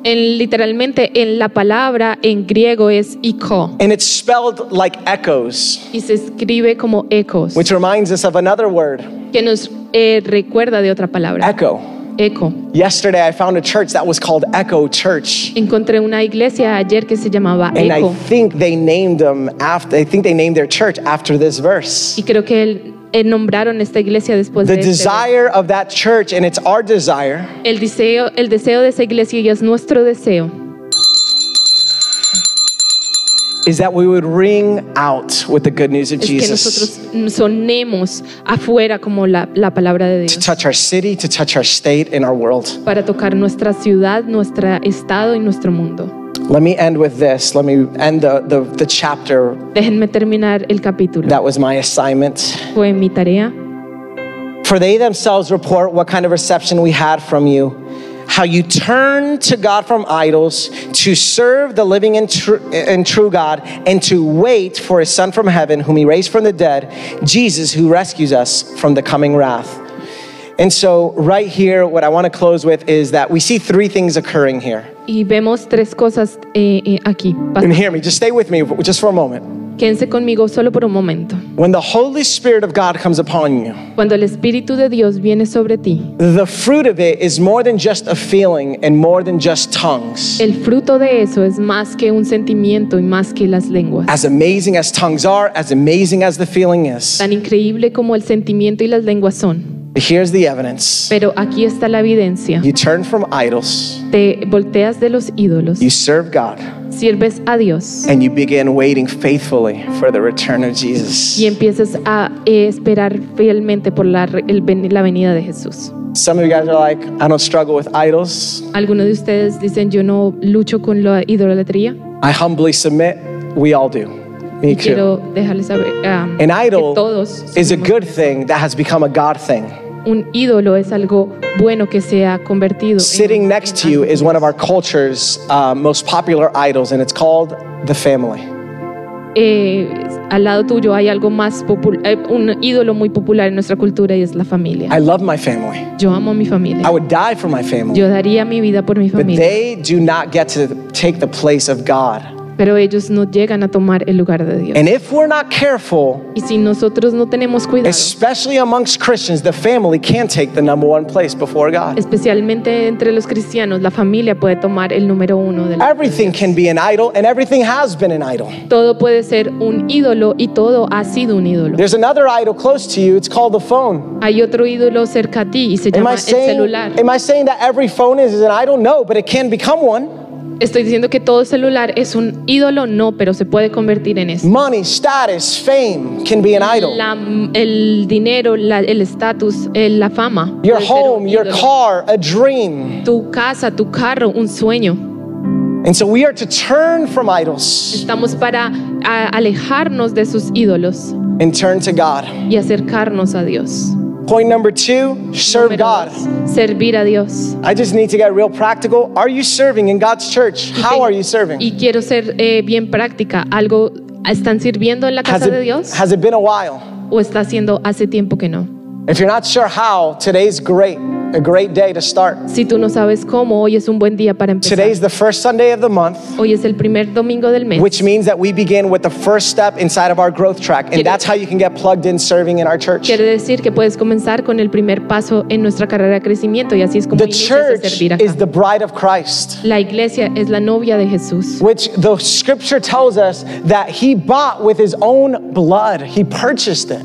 B: En- literalmente en la palabra en griego es iko
A: and it's spelled like echoes,
B: y se escribe como ecos.
A: which reminds us of another word,
B: que nos eh, recuerda de otra palabra,
A: echo.
B: Eco.
A: Yesterday, I found a church that was called Echo Church.
B: Encontré una iglesia ayer que se llamaba
A: And I
B: Eco
A: think they named them after, I think they named their church after this verse.
B: y creo que el- eh, nombraron esta iglesia después
A: The
B: de este verso.
A: desire of that church, and it's our desire,
B: El deseo, el deseo de esa iglesia y es nuestro deseo
A: is that we would ring out with the good news of
B: es que
A: Jesus
B: nosotros mm, sonemos afuera como la, la palabra de
A: to
B: Dios
A: touch our city, to touch our state, and our world.
B: para tocar nuestra ciudad, nuestro estado y nuestro mundo.
A: Let me end with this. Let me end the, the, the chapter
B: Déjenme terminar el capítulo.
A: that was my assignment.
B: Fue mi tarea.
A: For they themselves report what kind of reception we had from you, how you turned to God from idols to serve the living and true, and true God, and to wait for his Son from heaven, whom he raised from the dead, Jesus, who rescues us from the coming wrath. And so, right here, what I want to close with is that we see three things occurring here.
B: Y vemos tres cosas eh, eh, aquí.
A: And hear me, just stay with me just for a moment.
B: Quédense conmigo solo por un momento.
A: When the Holy Spirit of God comes upon you,
B: Cuando el Espíritu de Dios viene sobre ti,
A: the fruit of it is more than just a feeling and more than just tongues.
B: el fruto de eso es más que un sentimiento y más que las lenguas.
A: As amazing as tongues are, as amazing as the feeling is,
B: Tan increíble como el sentimiento y las lenguas son.
A: here's the evidence.
B: Pero aquí está la evidencia.
A: You turn from idols,
B: Te volteas de los ídolos,
A: you serve God,
B: sirves a Dios
A: and you begin waiting faithfully for the return of Jesus.
B: y empiezas a eh, esperar fielmente por la, re- el ven- la venida de Jesús.
A: Some of you guys are like, I don't struggle with idols.
B: Algunos de ustedes dicen, yo no lucho con la idolatría.
A: I humbly submit. We all do. Me
B: Y
A: too.
B: quiero dejarles saber ah,
A: An
B: que
A: idol
B: todos
A: is a good thing that has become a God thing.
B: un ídolo es algo bueno que se ha convertido. en-
A: Sitting next to you is one of our culture's uh, most popular idols, and it's called the family.
B: Eh, al lado tuyo hay algo más popular, eh, un ídolo muy popular en nuestra cultura y es la familia.
A: I love my family.
B: Yo amo a mi
A: I
B: familia.
A: would die for my family.
B: Yo daría mi vida por mi
A: But
B: familia,
A: they do not get to take the place of God.
B: pero ellos no llegan a tomar el lugar de Dios.
A: And if we're not careful,
B: Y si nosotros no tenemos cuidado,
A: especially amongst Christians, the family can take the number one place before God.
B: especialmente entre los cristianos, la familia puede tomar el número uno de la
A: Everything can be an idol, and everything has been an idol.
B: Todo puede ser un ídolo y todo ha sido un ídolo.
A: There's another idol close to you, it's called the phone.
B: Hay otro ídolo cerca a ti y se
A: Am
B: llama
A: I
B: el
A: saying,
B: celular.
A: am I saying that every phone is, is an idol? No, but it can become one.
B: Estoy diciendo que todo celular es un ídolo, no, pero se puede convertir en eso.
A: Money, status, fame can be an idol.
B: La- el dinero, la- el estatus, el- la fama.
A: Your
B: puede ser un
A: home, your
B: ídolo.
A: car, a dream.
B: Tu casa, tu carro, un sueño.
A: And so we are to turn from idols
B: Estamos para a- alejarnos de esos ídolos
A: and turn to God.
B: y acercarnos a Dios.
A: Point number two serve
B: Número
A: God.
B: dos, Servir a Dios.
A: I just need to get real practical. Are you serving in God's church? How are you serving?
B: Y quiero ser eh, bien práctica. ¿Algo están sirviendo en la
A: Has
B: casa de
A: it,
B: Dios
A: has it been a while?
B: o está haciendo hace tiempo que no?
A: If you're not sure how, today's great, a great day to start.
B: Si tú no sabes cómo, hoy es un buen día para empezar.
A: Today's the first Sunday of the month,
B: Hoy es el primer domingo del mes.
A: which means that we begin with the first step inside of our growth track. And that's how you can get plugged in serving in our church.
B: Quiere decir que puedes comenzar con el primer paso en nuestra carrera de crecimiento y así es como
A: The
B: inicias a
A: church
B: servir acá.
A: is the bride of Christ.
B: La iglesia es la novia de Jesús,
A: which the scripture tells us that he bought with his own blood. He purchased it.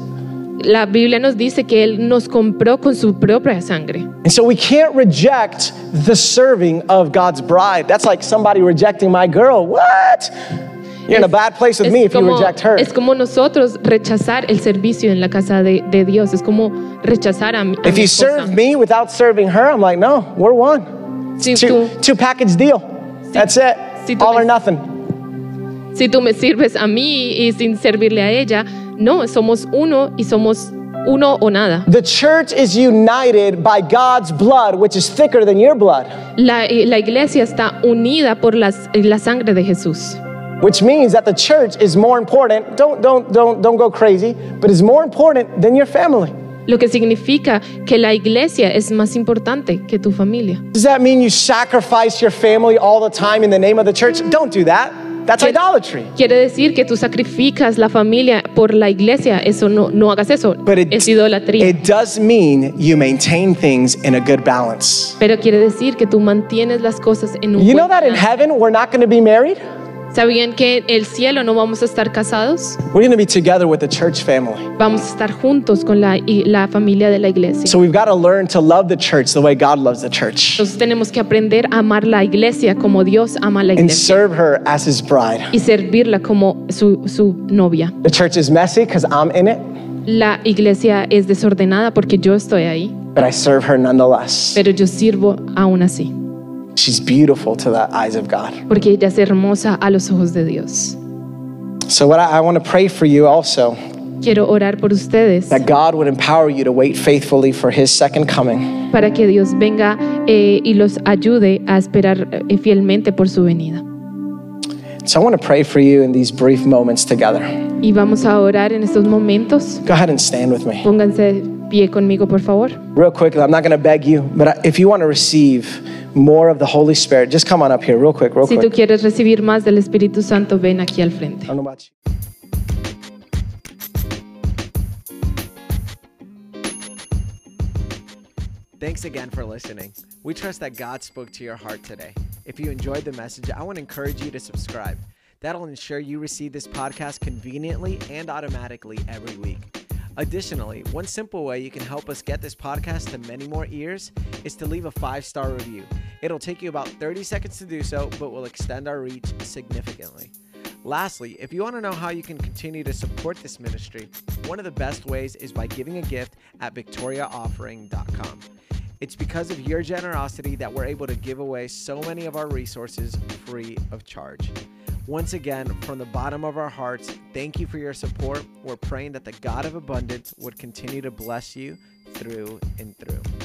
B: la Biblia nos dice que Él nos compró con su propia sangre.
A: And so we can't reject the serving of God's bride. That's like somebody rejecting my girl. What? You're in a bad place with me if you reject her.
B: es como nosotros rechazar el servicio en la casa de, de Dios, es como rechazar a mi, a
A: If
B: mi
A: you
B: esposa.
A: serve me without serving her, I'm like, no, we're one.
B: Si
A: Two,
B: tú,
A: two package deal. That's it.
B: Si tú
A: All or
B: me-
A: nothing.
B: si tú me sirves a mí y sin servirle a ella, no, somos uno y somos uno o nada.
A: The church is united by God's blood, which is thicker than your blood,
B: La, eh, la iglesia está unida por las- eh, la sangre de Jesús.
A: which means that the church is more important. Don't don't don't don't go crazy, but is more important than your family.
B: Lo que significa que la iglesia es más importante que tu familia.
A: Does that mean you sacrifice your family all the time in the name of the church? Don't do that. That's idolatry.
B: Quiere decir que tú sacrificas la familia por la iglesia. Eso no, no hagas eso.
A: But it,
B: es idolatría.
A: it does mean you maintain things in a good balance.
B: Pero quiere decir que tú mantienes las cosas en un
A: You know
B: buen
A: that in
B: plan.
A: heaven we're not going to be married?
B: ¿Sabían que en el cielo no vamos a estar casados?
A: We're going to be together with the church family.
B: Vamos a estar juntos con la, y la familia de la iglesia.
A: So we've got to learn to love the church the way God loves the church
B: Entonces tenemos que aprender a amar la iglesia como Dios ama la
A: and
B: iglesia
A: serve her as his bride.
B: y servirla como su, su novia.
A: The church is messy because I'm in it,
B: La iglesia es desordenada porque yo estoy ahí,
A: but I serve her nonetheless.
B: pero yo sirvo aún así,
A: She's beautiful to the eyes of God.
B: porque ella es hermosa a los ojos de Dios.
A: So, what I, I want to pray for you also
B: Quiero orar por ustedes
A: that God would empower you to wait faithfully for his second coming.
B: para que Dios venga eh, y los ayude a esperar eh, fielmente por su venida.
A: So, I want to pray for you in these brief moments together.
B: Y vamos a orar en estos momentos.
A: Go ahead and stand with me.
B: Pónganse de pie conmigo, por favor.
A: Real quickly, I'm not going to beg you, but I- if you want to receive more of the Holy Spirit, just come on up here, real quick, real
B: Si tú
A: quick.
B: quieres recibir más del Espíritu Santo, ven aquí al frente.
A: I don't know about you.
C: Thanks again for listening. We trust that God spoke to your heart today. If you enjoyed the message, I want to encourage you to subscribe. That'll ensure you receive this podcast conveniently and automatically every week. Additionally, one simple way you can help us get this podcast to many more ears is to leave a five star review. It'll take you about 30 seconds to do so, but will extend our reach significantly. Lastly, if you want to know how you can continue to support this ministry, one of the best ways is by giving a gift at victoriaoffering.com. It's because of your generosity that we're able to give away so many of our resources free of charge. Once again, from the bottom of our hearts, thank you for your support. We're praying that the God of abundance would continue to bless you through and through.